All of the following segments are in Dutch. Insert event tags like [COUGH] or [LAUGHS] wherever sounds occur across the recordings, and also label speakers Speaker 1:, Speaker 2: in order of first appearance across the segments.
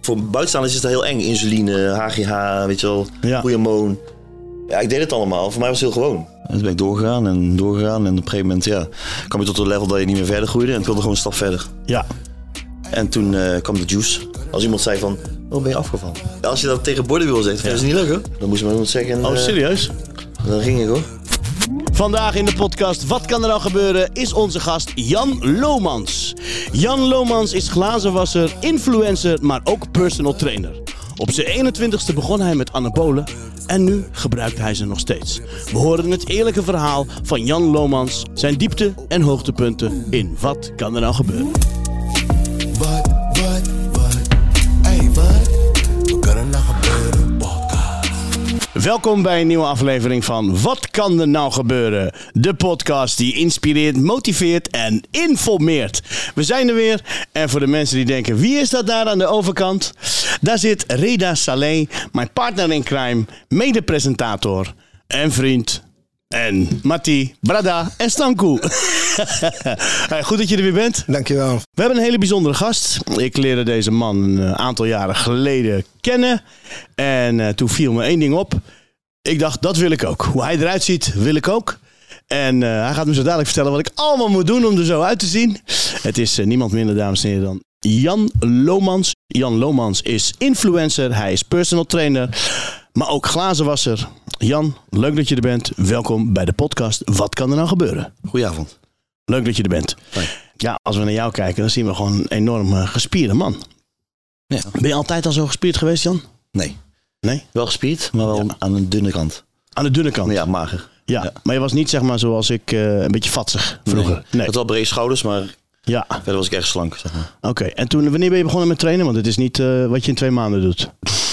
Speaker 1: Voor buitenstaanders is dat heel eng. Insuline, HGH, weet je wel,
Speaker 2: Ja.
Speaker 1: goeiemoon. Ja, ik deed het allemaal. Voor mij was het heel gewoon.
Speaker 2: En toen ben ik doorgegaan en doorgegaan. En op een gegeven moment ja, kwam je tot het level dat je niet meer verder groeide. En ik wilde gewoon een stap verder.
Speaker 3: Ja,
Speaker 2: En toen eh, kwam de juice.
Speaker 1: Als iemand zei van,
Speaker 2: Oh, ben je afgevallen?
Speaker 1: ja, als je dat tegen borden zegt, dat is niet leuk hoor. Dan moest je maar iemand zeggen, en,
Speaker 3: oh
Speaker 1: eh,
Speaker 3: serieus?
Speaker 1: dan ging ik hoor.
Speaker 3: Vandaag in de podcast Wat kan er nou gebeuren is onze gast Jan Lomans. Jan Lomans is glazenwasser, influencer, maar ook personal trainer. Op zijn 21ste begon hij met anabolen en nu gebruikt hij ze nog steeds. We horen het eerlijke verhaal van Jan Lomans, zijn diepte en hoogtepunten in Wat kan er nou gebeuren.
Speaker 4: Wat, wat, wat? Hey, wat? We kunnen nog nou gebeuren, podcast.
Speaker 3: Welkom bij een nieuwe aflevering van Wat kan er nou gebeuren? De podcast die inspireert, motiveert en informeert. We zijn er weer. En voor de mensen die denken, wie is dat daar aan de overkant? Daar zit Reda Saleh, mijn partner in crime, mede-presentator en vriend. En Matti, Brada en Stankoe. [LAUGHS] Hey, Goed dat je er weer bent.
Speaker 4: Dankjewel.
Speaker 3: We hebben een hele bijzondere gast. Ik leerde deze man een eh, aantal jaren geleden kennen. En eh, toen viel me één ding op. Ik dacht, dat wil ik ook. Hoe hij eruit ziet, wil ik ook. En eh, hij gaat me zo dadelijk vertellen wat ik allemaal moet doen om er zo uit te zien. Het is eh, niemand minder, dames en heren, dan Jan Lomans. Jan Lomans is influencer, hij is personal trainer, maar ook glazenwasser. Jan, leuk dat je er bent. Welkom bij de podcast Wat kan er nou gebeuren?
Speaker 2: Goedenavond.
Speaker 3: Leuk dat je er bent. Ja, als we naar jou kijken, dan zien we gewoon een enorm eh, gespierde man.
Speaker 2: Ja.
Speaker 3: Ben je altijd al zo gespierd geweest, Jan?
Speaker 2: Nee.
Speaker 3: Nee?
Speaker 2: Wel gespierd, maar wel
Speaker 3: Ja.
Speaker 2: aan een dunne kant.
Speaker 3: Aan de dunne kant.
Speaker 2: Ja, mager.
Speaker 3: Ja, Maar je was niet zeg maar zoals ik, eh, een beetje vatsig vroeger.
Speaker 2: Nee. Ik had eh. wel brede schouders, maar
Speaker 3: Ja,
Speaker 2: verder was ik erg slank. Zeg maar.
Speaker 3: oké. En toen, wanneer ben je begonnen met trainen? Want het is niet eh, wat je in twee maanden doet.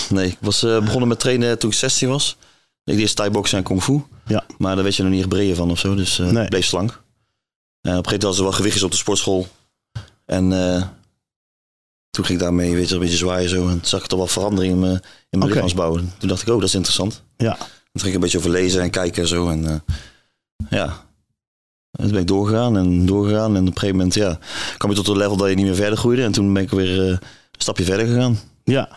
Speaker 2: Nee, ik was eh, begonnen met trainen toen ik 16 was. Ik deed eerst Thai boksen en kung fu.
Speaker 3: Ja.
Speaker 2: Maar daar werd je nog niet echt breed van of zo, dus eh,
Speaker 3: Nee.
Speaker 2: ik bleef slank. En op een gegeven moment was er wel gewichtjes op de sportschool. En eh, toen ging ik daarmee weet je, een beetje zwaaien zo. En toen zag ik toch wel verandering in mijn, in mijn
Speaker 3: Oké.
Speaker 2: lichaamsbouw. En Toen dacht ik, oh, dat is interessant.
Speaker 3: Ja.
Speaker 2: Toen ging ik een beetje over lezen en kijken en zo. En eh, ja, En toen ben ik doorgegaan en doorgegaan. En op een gegeven moment ja, kwam je tot het level dat je niet meer verder groeide. En toen ben ik weer eh, een stapje verder gegaan.
Speaker 3: ja.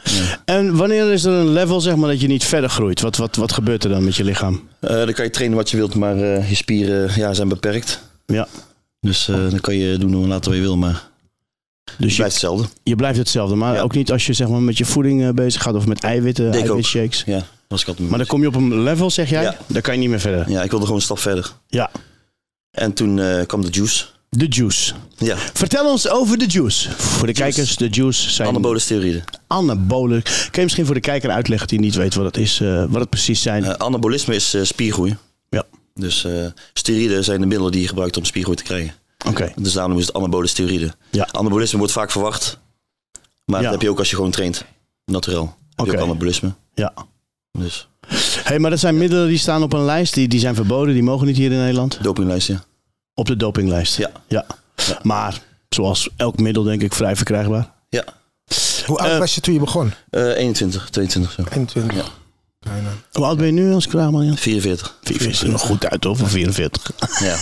Speaker 3: En wanneer is er een level zeg maar, dat je niet verder groeit? Wat, wat, wat gebeurt er dan met je lichaam?
Speaker 2: Eh, dan kan je trainen wat je wilt, maar eh, je spieren ja, zijn beperkt.
Speaker 3: Ja.
Speaker 2: Dus eh, dan kan je doen en laten wat je wil, maar
Speaker 3: Dus
Speaker 2: het
Speaker 3: je,
Speaker 2: blijft hetzelfde.
Speaker 3: je blijft hetzelfde. Maar
Speaker 2: Ja.
Speaker 3: ook niet als je zeg maar, met je voeding eh, bezig gaat of met eiwitten,
Speaker 2: Deed ik ook.
Speaker 3: eiwitshakes.
Speaker 2: Ja, was ik altijd
Speaker 3: Maar dan
Speaker 2: mee
Speaker 3: kom je op een level, zeg jij?
Speaker 2: Ja.
Speaker 3: Dan kan je niet meer verder.
Speaker 2: bezig. Ja, ik wilde gewoon een stap verder.
Speaker 3: Ja.
Speaker 2: En toen eh, kwam de juice.
Speaker 3: De juice.
Speaker 2: Ja,
Speaker 3: Vertel ons over de juice. Voor de kijkers, de juice zijn
Speaker 2: anabole steroïden.
Speaker 3: anabolen. Kun je misschien voor de kijker uitleggen die niet weet wat het is, eh, wat het precies zijn?
Speaker 2: Eh, anabolisme is eh, spiergroei.
Speaker 3: Ja.
Speaker 2: Dus eh steroïden zijn de middelen die je gebruikt om spiergroei te krijgen.
Speaker 3: Oké.
Speaker 2: Dus daarom is het anabole steroïden.
Speaker 3: Ja.
Speaker 2: Anabolisme wordt vaak verwacht. Maar
Speaker 3: Ja.
Speaker 2: dat heb je ook als je gewoon traint. Naturel. Heb je
Speaker 3: Oké.
Speaker 2: ook anabolisme.
Speaker 3: Ja.
Speaker 2: Dus
Speaker 3: Hey, maar dat zijn middelen die staan op een lijst, die, die zijn verboden, die mogen niet hier in Nederland.
Speaker 2: dopinglijst, ja.
Speaker 3: Op de dopinglijst.
Speaker 2: Ja.
Speaker 3: ja. Maar zoals elk middel denk ik vrij verkrijgbaar.
Speaker 2: Ja.
Speaker 4: Hoe oud
Speaker 3: Eh,
Speaker 4: was je toen je begon?
Speaker 2: Eh, 21, 22 zo.
Speaker 4: 21.
Speaker 2: Ja.
Speaker 4: Bijna.
Speaker 3: Hoe oud ben je nu als ik vraag, man? Jan?
Speaker 2: 44.
Speaker 3: Je ziet er nog goed uit hoor, van 44.
Speaker 2: Ja.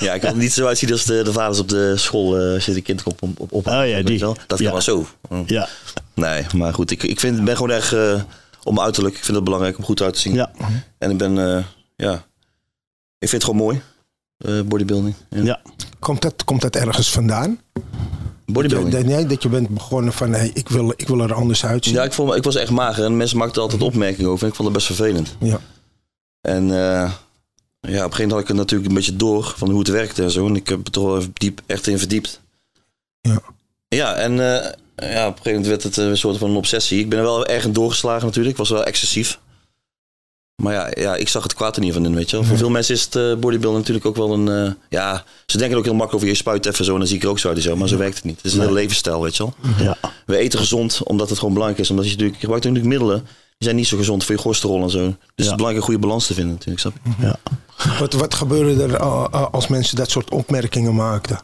Speaker 2: ja, ik kan er niet zo uitzien als de, de vaders op de school eh, als je de kinderen op, op, op
Speaker 3: Oh ja,
Speaker 2: weet
Speaker 3: die.
Speaker 2: je wel. Dat kan
Speaker 3: Ja.
Speaker 2: wel zo.
Speaker 3: Ja.
Speaker 2: Nee, maar goed. Ik, ik vind, ben gewoon erg eh, om mijn uiterlijk. Ik vind het belangrijk om goed uit te zien.
Speaker 3: Ja.
Speaker 2: En ik ben, eh, ja. Ik vind het gewoon mooi. eh, bodybuilding. Ja.
Speaker 3: Ja.
Speaker 4: Komt dat, komt dat ergens vandaan?
Speaker 2: Bodybuilding.
Speaker 4: Dat, nee, dat je bent begonnen van, hey, ik, wil, ik wil er anders uitzien.
Speaker 2: Ja, ik, vond, me- ik was echt mager en mensen maakten altijd opmerkingen over. En ik vond het best vervelend.
Speaker 4: Ja.
Speaker 2: En eh, ja, op een gegeven moment had ik het natuurlijk een beetje door van hoe het werkte en zo. En ik heb er toch wel even diep, echt in verdiept.
Speaker 4: Ja.
Speaker 2: Ja, en eh, ja, op een gegeven moment werd het eh, een soort van een obsessie. Ik ben er wel erg in doorgeslagen natuurlijk. Ik was wel excessief. Maar ja, ja, ik zag het kwaad er niet van in, weet je wel. Voor veel mensen is het eh bodybuilding natuurlijk ook wel een... eh, ja, ze denken ook heel makkelijk over je spuit even zo en dan zie ik er ook zo uit en zo. Maar zo werkt het niet. Het is een hele levensstijl, weet je wel.
Speaker 3: Ja.
Speaker 2: We eten gezond omdat het gewoon belangrijk is. Omdat je natuurlijk, je gebruikt natuurlijk middelen die zijn niet zo gezond voor je cholesterol en zo. Dus het is belangrijk een goede balans te vinden natuurlijk, snap je?
Speaker 3: ja.
Speaker 4: Wat, wat gebeurde er eh, eh, als mensen dat soort opmerkingen maakten?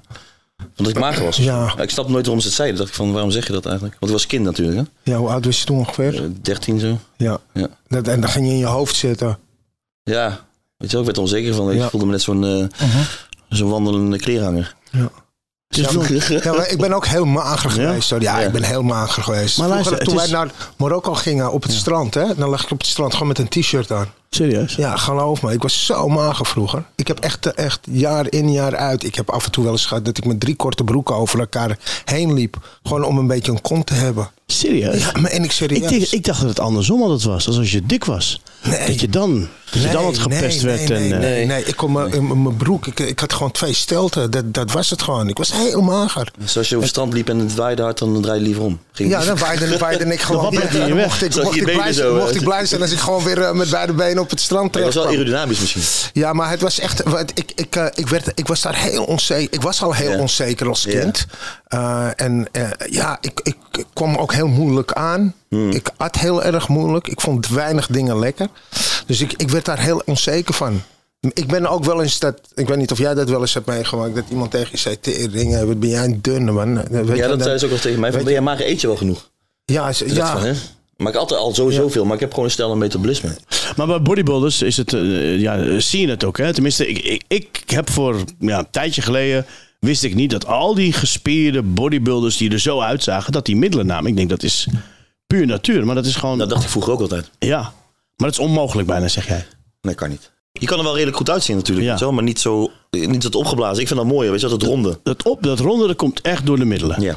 Speaker 2: Omdat ik mager was.
Speaker 4: Ja.
Speaker 2: Ik snap nooit waarom ze het zeiden. Dacht ik van, waarom zeg je dat eigenlijk? Want ik was kind natuurlijk, hè?
Speaker 4: Ja, hoe oud was je toen ongeveer?
Speaker 2: Eh, 13 zo.
Speaker 4: Ja.
Speaker 2: Ja.
Speaker 4: Dat, en dan ging je in je hoofd zitten.
Speaker 2: Ja, weet je wel, ik werd er onzeker van. Ik
Speaker 4: Ja.
Speaker 2: voelde me net zo'n eh, zo'n wandelende kleerhanger.
Speaker 4: Ja.
Speaker 3: Het is nog-
Speaker 4: Ja, maar ik ben ook heel mager geweest. hoor. Ja,
Speaker 2: Ja.
Speaker 4: ik ben heel mager geweest.
Speaker 3: Maar luister,
Speaker 4: Vroeger,
Speaker 3: het
Speaker 4: toen wij naar Marokko gingen op het strand, hè, dan lag ik op het strand gewoon met een t-shirt aan.
Speaker 3: serieus.
Speaker 4: Ja, geloof me. Ik was zo mager vroeger. Ik heb echt, eh, echt jaar in jaar uit. Ik heb af en toe wel eens gehad dat ik met drie korte broeken over elkaar heen liep. Gewoon om een beetje een kont te hebben.
Speaker 3: Serieus.
Speaker 4: Ja, maar en ik serieus.
Speaker 3: Eh, Ik, denk- ik dacht dat het andersom altijd was. Als als je dik was.
Speaker 4: Nee.
Speaker 3: Dat je dan, dat je dan wat gepest
Speaker 4: nee,
Speaker 3: werd.
Speaker 4: Nee,
Speaker 3: en,
Speaker 4: nee,
Speaker 3: eh,
Speaker 4: nee, nee. ik kon mijn- in mijn broek, ik, ik had gewoon twee stelten. Dat, dat was het gewoon. Ik was heel mager.
Speaker 2: Dus als je op het strand liep en het waaide hard, dan draai je liever om. Ging
Speaker 4: Ja, dan
Speaker 3: [LAUGHS]
Speaker 4: waaide, waaide ik gewoon.
Speaker 3: wapperde
Speaker 4: weg.
Speaker 3: je
Speaker 4: Dan
Speaker 3: weg.
Speaker 4: mocht ik,
Speaker 2: Zag
Speaker 4: mocht
Speaker 2: je
Speaker 4: ik,
Speaker 2: benen
Speaker 4: blij,
Speaker 2: zo,
Speaker 4: zijn-
Speaker 2: eh,
Speaker 4: mocht ik blij zijn als ik gewoon weer eh, met beide benen op het strand
Speaker 2: Het was
Speaker 4: terecht
Speaker 2: wel
Speaker 4: kwam.
Speaker 2: aerodynamisch misschien.
Speaker 4: Ja, maar het was echt. wat- Ik, ik, eh, ik, werd, ik was daar heel onzeker. Ik was al heel
Speaker 2: Ja.
Speaker 4: onzeker als
Speaker 2: Ja.
Speaker 4: kind. Eh, en eh, ja, ik, ik, ik kwam ook heel moeilijk aan.
Speaker 2: Hmm.
Speaker 4: Ik at heel erg moeilijk. Ik vond weinig dingen lekker. Dus ik, ik werd daar heel onzeker van. Ik ben ook wel eens dat. Ik weet niet of jij dat wel eens hebt meegemaakt. Dat iemand tegen je zei: Tering, eh, wat ben jij een dunne man? Eh, Weet je,
Speaker 2: Ja,
Speaker 4: dan-
Speaker 2: dat zei ze ook wel tegen mij. Van, ben jij mager, eet je wel genoeg?
Speaker 4: Ja, ze-
Speaker 2: Ja.
Speaker 4: ja,
Speaker 2: Van, hè? Maar ik altijd al sowieso veel, maar ik heb gewoon een snel een metabolisme. Nou,
Speaker 3: Maar bij bodybuilders is het, eh, ja, zie je het ook. Hè? Tenminste, ik, ik, ik heb voor ja, een tijdje geleden... wist ik niet dat al die gespierde bodybuilders die er zo uitzagen... dat die middelen namen. Ik denk dat is puur natuur. Maar dat is gewoon...
Speaker 2: Dat dacht ik vroeger ook altijd.
Speaker 3: Ja, maar dat is onmogelijk bijna, zeg jij.
Speaker 2: Nee, kan niet. Je kan er wel redelijk goed uitzien natuurlijk,
Speaker 3: Ja.
Speaker 2: weet je wel, maar niet zo niet dat opgeblazen. Ik vind dat mooier, weet je wel, dat ronde.
Speaker 3: Dat, op, dat ronde dat komt echt door de middelen.
Speaker 2: Ja.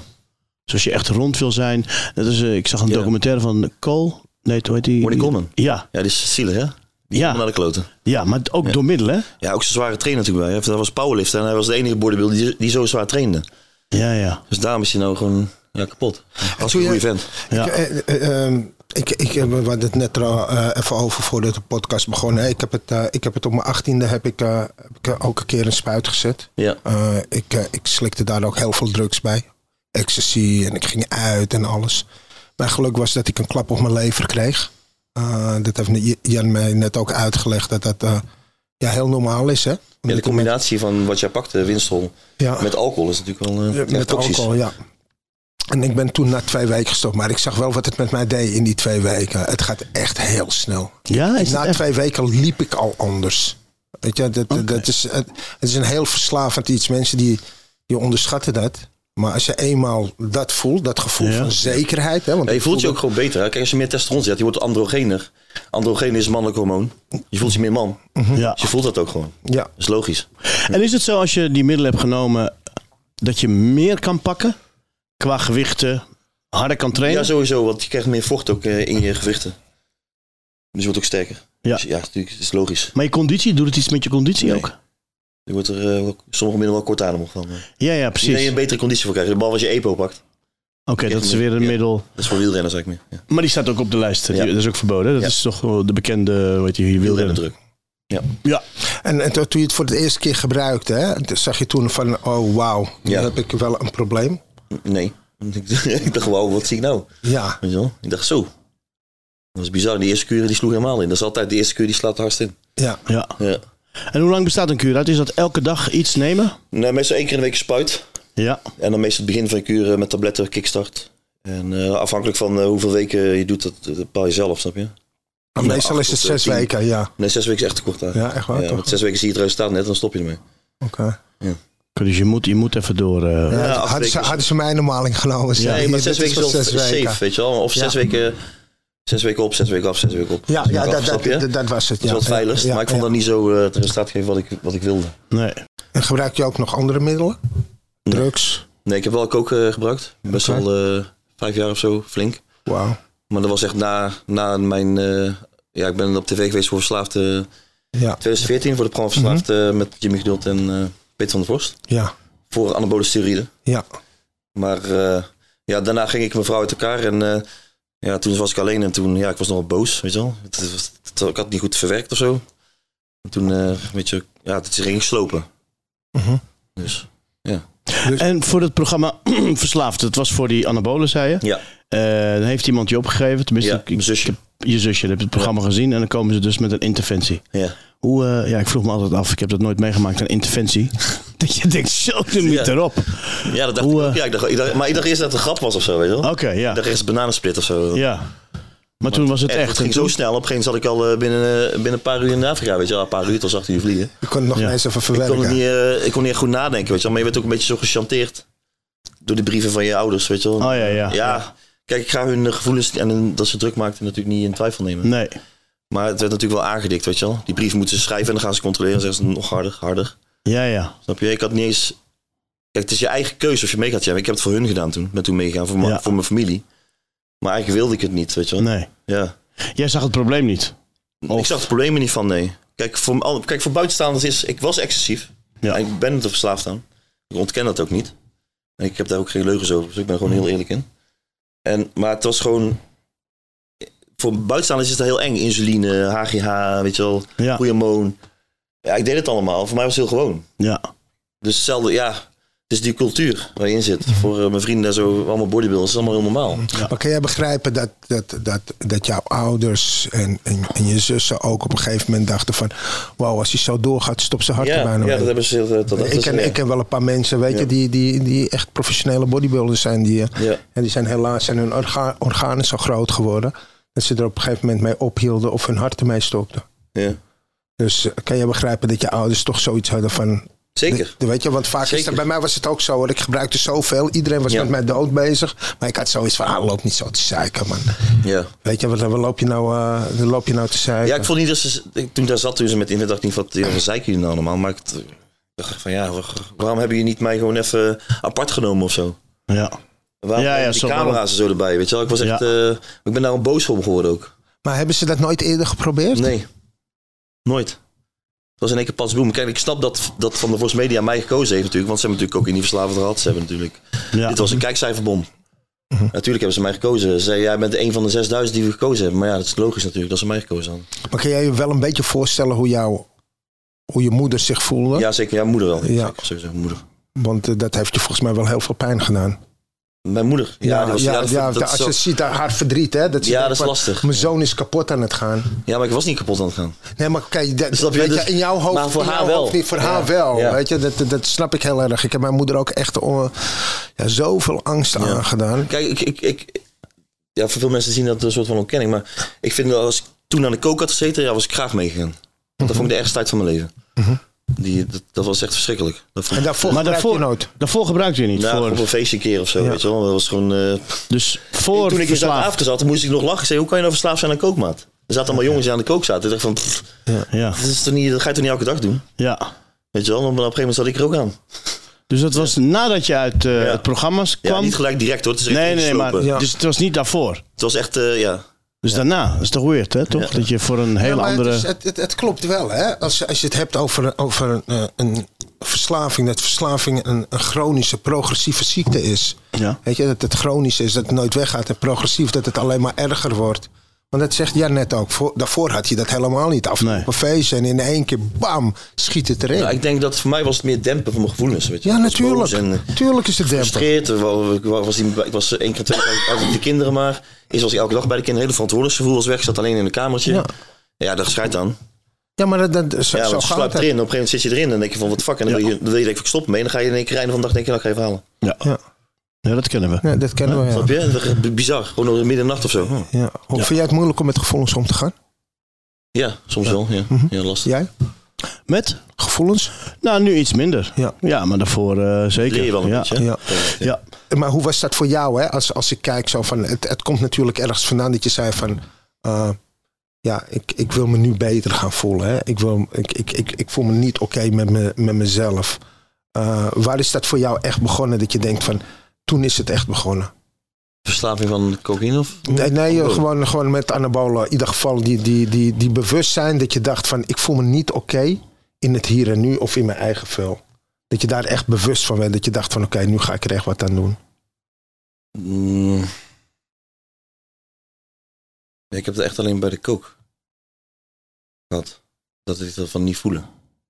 Speaker 3: Dus als je echt rond wil zijn... Dat is, eh, ik zag een
Speaker 2: Ja.
Speaker 3: documentaire van Cole... Nee, hoe heet die?
Speaker 2: Morning Coleman.
Speaker 3: Ja,
Speaker 2: Ja, die is zielig, hè? Naar
Speaker 3: ja,
Speaker 2: de kloten.
Speaker 3: ja, maar ook door middelen. hè?
Speaker 2: Ja, ook zijn zware trainer natuurlijk bij. hè. Dat was powerlifter en hij was de enige bodybuilder die, die zo zwaar trainde.
Speaker 3: Ja, ja.
Speaker 2: Dus daarom is hij nou gewoon ja, kapot. Als een
Speaker 4: je-
Speaker 2: goede vent.
Speaker 3: Ja.
Speaker 4: Ik, eh, eh, ehm, ik, ik, eh, we hadden het net er al, eh, even over voordat de podcast begon. hè. Ik heb het, eh, ik heb het op mijn achttiende heb ik, eh, heb ik eh, ook een keer een spuit gezet.
Speaker 2: Ja.
Speaker 4: Eh, ik, eh, ik slikte daar ook heel veel drugs bij. Ecstasy en ik ging uit en alles. Mijn geluk was dat ik een klap op mijn lever kreeg. Eh, dat heeft net- Jan mij net ook uitgelegd dat dat eh, ja, heel normaal is. Hè?
Speaker 2: Ja, de combinatie van wat jij pakte, winstrol,
Speaker 4: Ja.
Speaker 2: met alcohol is natuurlijk wel eh,
Speaker 4: Ja,
Speaker 2: echt
Speaker 4: met
Speaker 2: toxisch.
Speaker 4: alcohol, ja. En ik ben toen na twee weken gestopt. Maar ik zag wel wat het met mij deed in die twee weken. Het gaat echt heel snel.
Speaker 3: Ja, is
Speaker 4: na
Speaker 3: dat echt?
Speaker 4: twee weken liep ik al anders. Weet je, dat, dat is, het, het is een heel verslavend iets. Mensen die, die onderschatten dat. Maar als je eenmaal dat voelt, dat gevoel
Speaker 3: Ja.
Speaker 4: van zekerheid. Hè, want
Speaker 2: Ja, je
Speaker 4: ik
Speaker 2: voelt je ook
Speaker 4: voelde-
Speaker 2: gewoon beter. Hè? Kijk, als je meer testosteron zet, je wordt androgener. Androgen is een mannelijk hormoon. Je voelt je meer man.
Speaker 3: Ja.
Speaker 2: Dus je voelt dat ook gewoon.
Speaker 4: Mhm. Ja.
Speaker 2: Dat is logisch.
Speaker 3: En is het zo als je die middelen hebt genomen dat je meer kan pakken? Qua gewichten, harder kan trainen?
Speaker 2: Ja, sowieso, want je krijgt meer vocht ook eh, in je gewrichten. Dus je wordt ook sterker.
Speaker 3: Ja.
Speaker 2: Dus ja, natuurlijk, het is logisch.
Speaker 3: Maar je conditie, doet het iets met je conditie
Speaker 2: Nee.
Speaker 3: ook?
Speaker 2: Je wordt er eh, ook- sommige middelen wel kortademig van. eh.
Speaker 3: Ja, ja,
Speaker 2: Dus je
Speaker 3: precies.
Speaker 2: een
Speaker 3: Oké,
Speaker 2: betere conditie voor krijgt. De bal als je EPO pakt.
Speaker 3: dat is weer een
Speaker 2: Ja.
Speaker 3: middel.
Speaker 2: Dat is voor wielrenners zeg meer. Ja.
Speaker 3: Maar die staat ook op de lijst. Die-
Speaker 2: Ja.
Speaker 3: Dat is ook verboden. hè? Dat
Speaker 2: Ja.
Speaker 3: is toch wel de bekende, weet je, wielrenner.
Speaker 2: Wielrennerdruk.
Speaker 3: Ja,
Speaker 4: En, en toen je het voor de eerste keer gebruikte, hè, toen zag je toen van, oh wauw,
Speaker 2: Ja.
Speaker 4: dan heb ik wel een probleem.
Speaker 2: Nee. [LAUGHS] ik dacht, wauw, wat zie ik nou?
Speaker 4: Ja,
Speaker 2: Weet je wel? Ik dacht, zo. Dat is bizar. Die eerste kuur die sloeg helemaal in. Dat is altijd de eerste kuur die slaat hardst in.
Speaker 4: ja.
Speaker 3: ja.
Speaker 2: Ja.
Speaker 3: En hoe lang bestaat een kuur uit? Is dat elke dag iets nemen?
Speaker 2: Nou, meestal één keer in de week spuit.
Speaker 3: Ja,
Speaker 2: En dan meestal het begin van je kuur eh, met tabletten, kickstart. En eh, afhankelijk van eh, hoeveel weken je doet, dat eh, bepaal je zelf, snap je?
Speaker 4: Maar
Speaker 2: Ja,
Speaker 4: meestal
Speaker 2: acht
Speaker 4: is het
Speaker 2: tot, eh,
Speaker 4: zes
Speaker 2: tien.
Speaker 4: weken, ja.
Speaker 2: Nee, zes weken is echt te kort. eigenlijk.
Speaker 4: Ja, echt waar,
Speaker 2: Ja,
Speaker 4: toch?
Speaker 2: want zes weken zie je het resultaat net, dan stop je ermee.
Speaker 4: Oké.
Speaker 3: dus je moet, je moet even door. eh,
Speaker 4: Ja,
Speaker 2: acht
Speaker 4: hadden, ze,
Speaker 2: weken is-
Speaker 4: hadden ze mij normaal in genomen.
Speaker 2: Ja,
Speaker 4: zei
Speaker 2: nee,
Speaker 4: je,
Speaker 2: maar
Speaker 4: dit
Speaker 2: zes weken
Speaker 4: wel
Speaker 2: is wel safe, weet je wel. Of zes
Speaker 4: Ja.
Speaker 2: weken... Zes weken op, zes weken af, zes weken op.
Speaker 4: Ja,
Speaker 2: zes
Speaker 4: ja
Speaker 2: weken af,
Speaker 4: dat,
Speaker 2: snap
Speaker 4: dat,
Speaker 2: je?
Speaker 4: dat, dat was
Speaker 2: Dat
Speaker 4: het.
Speaker 2: is
Speaker 4: Ja.
Speaker 2: wel het veiligst,
Speaker 4: Ja,
Speaker 2: maar ik vond
Speaker 4: ja.
Speaker 2: dat niet zo eh, het resultaat geven wat ik, wat ik wilde.
Speaker 3: Nee.
Speaker 4: En gebruik je ook nog andere middelen? Drugs?
Speaker 2: Nee, ik heb wel koken eh, gebruikt. Best
Speaker 4: Oké.
Speaker 2: wel eh, vijf jaar of zo, flink.
Speaker 4: Wauw.
Speaker 2: Maar dat was echt na, na mijn... eh, ja, ik ben op tv geweest voor Verslaafde
Speaker 4: Ja,
Speaker 2: 2014. Voor de programma Verslaafd eh, met Jimmy Geduld en eh, Peter van der Vorst.
Speaker 4: ja,
Speaker 2: Voor anabole steroïden.
Speaker 4: ja.
Speaker 2: Maar eh, ja, daarna ging ik met mijn vrouw uit elkaar. En eh, ja, toen was ik alleen. En toen, ja, ik was nogal boos, weet je wel. Het, was- het- ik had het niet goed verwerkt of zo. En toen, eh weet je, ja, het is ging slopen.
Speaker 4: Mhm.
Speaker 2: Dus,
Speaker 3: En voor het programma [CLEARS THROAT] Verslaafd, het was voor die anabolen, zei je.
Speaker 2: ja,
Speaker 3: Eh, dan heeft iemand je opgegeven. Tenminste,
Speaker 2: ja
Speaker 3: ik- ik-
Speaker 2: mijn zusje.
Speaker 3: je zusje dat heb het programma gezien. En dan komen ze dus met een interventie.
Speaker 2: Ja.
Speaker 3: Hoe, eh, ja, ik vroeg me altijd af, ik heb dat nooit meegemaakt, een
Speaker 2: [LAUGHS]
Speaker 3: interventie. dat je denkt, zo, de niet
Speaker 2: Ja.
Speaker 3: erop.
Speaker 2: Ja, dat dacht
Speaker 3: Hoe,
Speaker 2: ik, ook.
Speaker 3: eh,
Speaker 2: ja ik, dacht, ik dacht- maar ik dacht eerst dat het een grap was of zo, weet je wel.
Speaker 3: Oké,
Speaker 2: Ik
Speaker 3: ja.
Speaker 2: dacht eerst bananensplit of zo.
Speaker 3: ja. Maar toen was het
Speaker 2: En
Speaker 3: echt.
Speaker 2: Het ging
Speaker 3: en
Speaker 2: zo
Speaker 3: toen-
Speaker 2: snel. Op een gegeven moment zat ik al eh, binnen, eh, binnen een paar uur in Afrika, weet je wel. Een paar uur, tot acht uur vliegen.
Speaker 4: Je kon het nog
Speaker 3: Ja.
Speaker 4: niet eens even
Speaker 2: Ik kon,
Speaker 4: verwerken.
Speaker 2: het niet, eh, ik kon niet echt goed nadenken, weet je wel. Maar je werd ook een beetje zo gechanteerd door de brieven van je ouders, weet je wel.
Speaker 3: Oh ja, ja.
Speaker 2: Ja, kijk, ik ga hun eh, gevoelens en hun- dat ze druk maakten natuurlijk niet in twijfel nemen.
Speaker 3: Nee.
Speaker 2: Maar het werd natuurlijk wel aangedikt, weet je wel. Die brief moeten ze schrijven en dan gaan ze controleren en zeggen ze nog harder, harder.
Speaker 3: Ja, ja.
Speaker 2: Snap je? Ik had niet eens... Kijk, het is je eigen keuze of je mee gaat jammen. Ik heb het voor hun gedaan toen. Ik ben toen meegegaan voor, mijn-
Speaker 3: Ja.
Speaker 2: voor mijn familie. Maar eigenlijk wilde ik het niet, weet je wel.
Speaker 3: Nee.
Speaker 2: Ja.
Speaker 3: Jij zag het probleem niet. Of-
Speaker 2: Ik zag het probleem er niet van, nee. Kijk, voor, al- kijk, voor buitenstaanders is... Ik was excessief.
Speaker 3: Ja.
Speaker 2: En ik ben er verslaafd aan. Ik ontken dat ook niet. En ik heb daar ook geen leugens over. Dus ik ben gewoon
Speaker 4: Mm.
Speaker 2: heel eerlijk in. En, maar het was gewoon... Voor buitenstaanders is dat heel eng. Insuline, HGH, weet je wel.
Speaker 3: Ja.
Speaker 2: Goeiemoon. Ja, ik deed het allemaal. Voor mij was het heel gewoon.
Speaker 3: Ja.
Speaker 2: Dus hetzelfde, ja. Het is die cultuur waar je in
Speaker 4: Mm.
Speaker 2: zit. Voor eh, mijn vrienden daar zo, allemaal bodybuilders, is allemaal heel normaal.
Speaker 4: Maar kan jij begrijpen dat, dat, dat, dat jouw ouders en, en, en je zussen ook op een gegeven moment dachten van... Wauw, als hij zo doorgaat, stopt zijn hart er
Speaker 2: Ja,
Speaker 4: bijna
Speaker 2: ja,
Speaker 4: mee.
Speaker 2: dat hebben ze... Dat, dat,
Speaker 4: ik, ken,
Speaker 2: ja.
Speaker 4: ik ken wel een paar mensen, weet
Speaker 2: Ja.
Speaker 4: je, die, die, die echt professionele bodybuilders zijn. Die, eh,
Speaker 2: Ja.
Speaker 4: En die zijn helaas zijn hun orga- organen zo groot geworden... dat ze er op een gegeven moment mee ophielden of hun hart ermee stopten.
Speaker 2: Ja.
Speaker 4: Dus eh, kan jij begrijpen dat je ouders toch zoiets hadden van...
Speaker 2: Zeker.
Speaker 4: De- Weet je, want vaak is
Speaker 2: Zeker.
Speaker 4: dat, bij mij was het ook zo hoor. Ik gebruikte zoveel. Iedereen was
Speaker 2: Ja.
Speaker 4: met mij dood bezig. Maar ik had zoiets van, ah, loop niet zo te zeiken, man.
Speaker 2: Ja.
Speaker 4: Weet je, wat, wat loop je nou, eh, wat loop je nou te zeiken?
Speaker 2: Ja, ik vond niet dat ze... ik- Toen ik daar zat, toen ze met in, dacht ik niet van... Ja, wat zeiken jullie nou allemaal? Maar ik t- dacht ik van, ja, wa- waarom hebben jullie niet mij gewoon even apart genomen of zo?
Speaker 3: Ja.
Speaker 2: Waarom
Speaker 3: Ja, ja,
Speaker 2: hebben die
Speaker 3: zo-
Speaker 2: camera's er zo erbij, weet je wel? Ik was echt... eh, ik ben daar een boos om geworden ook.
Speaker 4: Maar hebben ze dat nooit eerder geprobeerd?
Speaker 2: Nee. Nooit. Het was in één keer pas boem. Kijk, ik snap dat, dat Van de Vos Media mij gekozen heeft natuurlijk. Want ze hebben natuurlijk ook in die verslavende gehad. Ze hebben natuurlijk...
Speaker 3: ja. Mhm.
Speaker 2: Dit was een kijkcijferbom. Natuurlijk hebben ze mij gekozen. Ze zeiden, jij bent een van de 6000 die we gekozen hebben. Maar ja, dat is logisch natuurlijk dat ze mij gekozen hadden.
Speaker 4: Maar kan jij je wel een beetje voorstellen hoe, jou, hoe je moeder zich voelde?
Speaker 2: Ja, zeker. Ja, moeder wel.
Speaker 4: Ja.
Speaker 2: Ja. Sowieso, moeder.
Speaker 4: Want eh, dat heeft je volgens mij wel heel veel pijn gedaan.
Speaker 2: Mijn moeder. Ja, die was, ja, dat, dat
Speaker 4: als
Speaker 2: is
Speaker 4: je
Speaker 2: wel-
Speaker 4: ziet haar, haar verdriet, hè? Dat ze
Speaker 2: Ja,
Speaker 4: denkt
Speaker 2: dat is
Speaker 4: van,
Speaker 2: lastig.
Speaker 4: Mijn zoon is kapot aan het gaan.
Speaker 2: ja, maar ik was niet kapot aan het gaan.
Speaker 4: Nee, maar kijk, dat,
Speaker 2: Snap je?
Speaker 4: weet
Speaker 2: Dus-
Speaker 4: je, in jouw hoofd,
Speaker 2: maar voor
Speaker 4: in
Speaker 2: haar
Speaker 4: jouw
Speaker 2: wel.
Speaker 4: hoofd niet, voor
Speaker 2: Ja.
Speaker 4: haar wel.
Speaker 2: Ja.
Speaker 4: Weet je, dat, dat snap ik heel erg. Ik heb mijn moeder ook echt eh, ja, zoveel angst aangedaan.
Speaker 2: Kijk, ik, ik, ik, ja, voor veel mensen zien dat een soort van ontkenning. Maar ik vind dat als ik toen aan de kook had gezeten, ja, was ik graag meegegaan. Dat vond ik de ergste tijd van mijn leven. Die, dat, dat was echt verschrikkelijk. Dat vond
Speaker 4: En
Speaker 2: ik,
Speaker 4: daarvoor
Speaker 3: Maar
Speaker 4: maar je
Speaker 3: daarvoor,
Speaker 4: nooit.
Speaker 3: daarvoor gebruikte je niet.
Speaker 2: nou,
Speaker 3: voor,
Speaker 2: op een feestje een keer of zo, weet je wel. Dat was gewoon... eh,
Speaker 3: dus voor
Speaker 2: toen ik in
Speaker 3: Verslaafd.
Speaker 2: Zuid-Afrika zat, moest ik nog lachen. Ik zei, hoe kan je nou verslaafd zijn aan kookmaat? Er zaten allemaal jongens die aan de kook zaten. Ik dacht van, pff,
Speaker 3: Ja.
Speaker 2: dat, is toch niet, dat ga je toch niet elke dag doen?
Speaker 3: ja.
Speaker 2: Weet je wel, maar op een gegeven moment zat ik er ook aan.
Speaker 3: Dus dat was nadat je uit eh, het programma's
Speaker 2: Ja,
Speaker 3: kwam?
Speaker 2: niet gelijk direct hoor. Het is echt
Speaker 3: nee, nee, maar
Speaker 2: ingeslopen.
Speaker 4: Ja.
Speaker 3: dus het was niet daarvoor.
Speaker 2: Het was echt, eh, ja...
Speaker 3: Dus daarna. Dat is toch weird, hè? Toch? Dat je voor een
Speaker 4: Ja,
Speaker 3: heel
Speaker 4: maar
Speaker 3: andere...
Speaker 4: het, is- het, het, het klopt wel, hè? Als, je- als je het hebt over, over een, eh, een verslaving, dat verslaving een, een chronische, progressieve ziekte is.
Speaker 3: Ja.
Speaker 4: Weet je, dat het chronisch is, dat het nooit weggaat en progressief, dat het alleen maar erger wordt. Want dat zegt jij net ook, voor- daarvoor had je dat helemaal niet af.
Speaker 3: Nee.
Speaker 4: Op een feestje en in één keer, bam, schiet het erin.
Speaker 2: Ja,
Speaker 4: Ja,
Speaker 2: ik denk dat voor mij was het meer dempen van mijn gevoelens. Weet je. Ik was boos
Speaker 4: natuurlijk.
Speaker 2: En eh,
Speaker 4: Tuurlijk is het demper.
Speaker 2: gefrustreerd. Ik wa- ik wa- was, niet- ik was eh, één keer twee keer uit met de kinderen, maar eerst was ik elke dag bij de kinderen. Hele verantwoordelijkheidsgevoel was weg. Ik zat alleen in een kamertje.
Speaker 4: Ja.
Speaker 2: Ja, daar schijt aan.
Speaker 4: Ja, maar dat, dat, zo,
Speaker 2: Ja,
Speaker 4: zo
Speaker 2: want je
Speaker 4: gaat
Speaker 2: sluipt
Speaker 4: het.
Speaker 2: erin. Op een gegeven moment zit je erin en dan denk je van wat fuck. En dan, wil, je, dan wil je denk ik stop mee. En dan ga je in één keer einde van de dag denk je, nou ik ga even halen.
Speaker 3: Ja.
Speaker 4: Ja.
Speaker 3: ja, dat kennen we.
Speaker 4: Nee, dat kennen we, ja.
Speaker 2: Snap je? Dat is echt Bizar. Gewoon door middernacht of zo. Hm.
Speaker 4: Ja. Hoe Vind jij het moeilijk om met gevoelens om te gaan?
Speaker 2: Ja, soms wel. Ja, ja lastig.
Speaker 4: Jij?
Speaker 3: Met?
Speaker 4: Gevoelens?
Speaker 3: Nou, nu iets minder.
Speaker 4: Ja.
Speaker 3: Ja, maar daarvoor eh, zeker.
Speaker 2: Leer je wel een
Speaker 3: ja.
Speaker 2: beetje. hè?
Speaker 4: Ja.
Speaker 3: Ja.
Speaker 4: Maar hoe was dat voor jou? Hè? Als, als ik kijk zo van, het, het komt natuurlijk ergens vandaan dat je zei van, eh, ja, ik, ik wil me nu beter gaan voelen. Hè? Ik, wil, ik, ik, ik, ik voel me niet oké met, me, met mezelf. Eh, Eh, waar is dat voor jou echt begonnen? Dat je denkt van, toen is het echt begonnen.
Speaker 2: Verslaving van cocaïne of?
Speaker 4: Nee, nee eh, gewoon, gewoon met anabolen. In ieder geval die, die, die, die bewustzijn dat je dacht van... ik voel me niet oké in het hier en nu of in mijn eigen vel. Dat je daar echt bewust van werd. Dat je dacht van oké, nu ga ik er echt wat aan doen.
Speaker 2: Mm. Nee, Ik heb het echt alleen bij de coke gehad. Dat ik dat van niet voelen.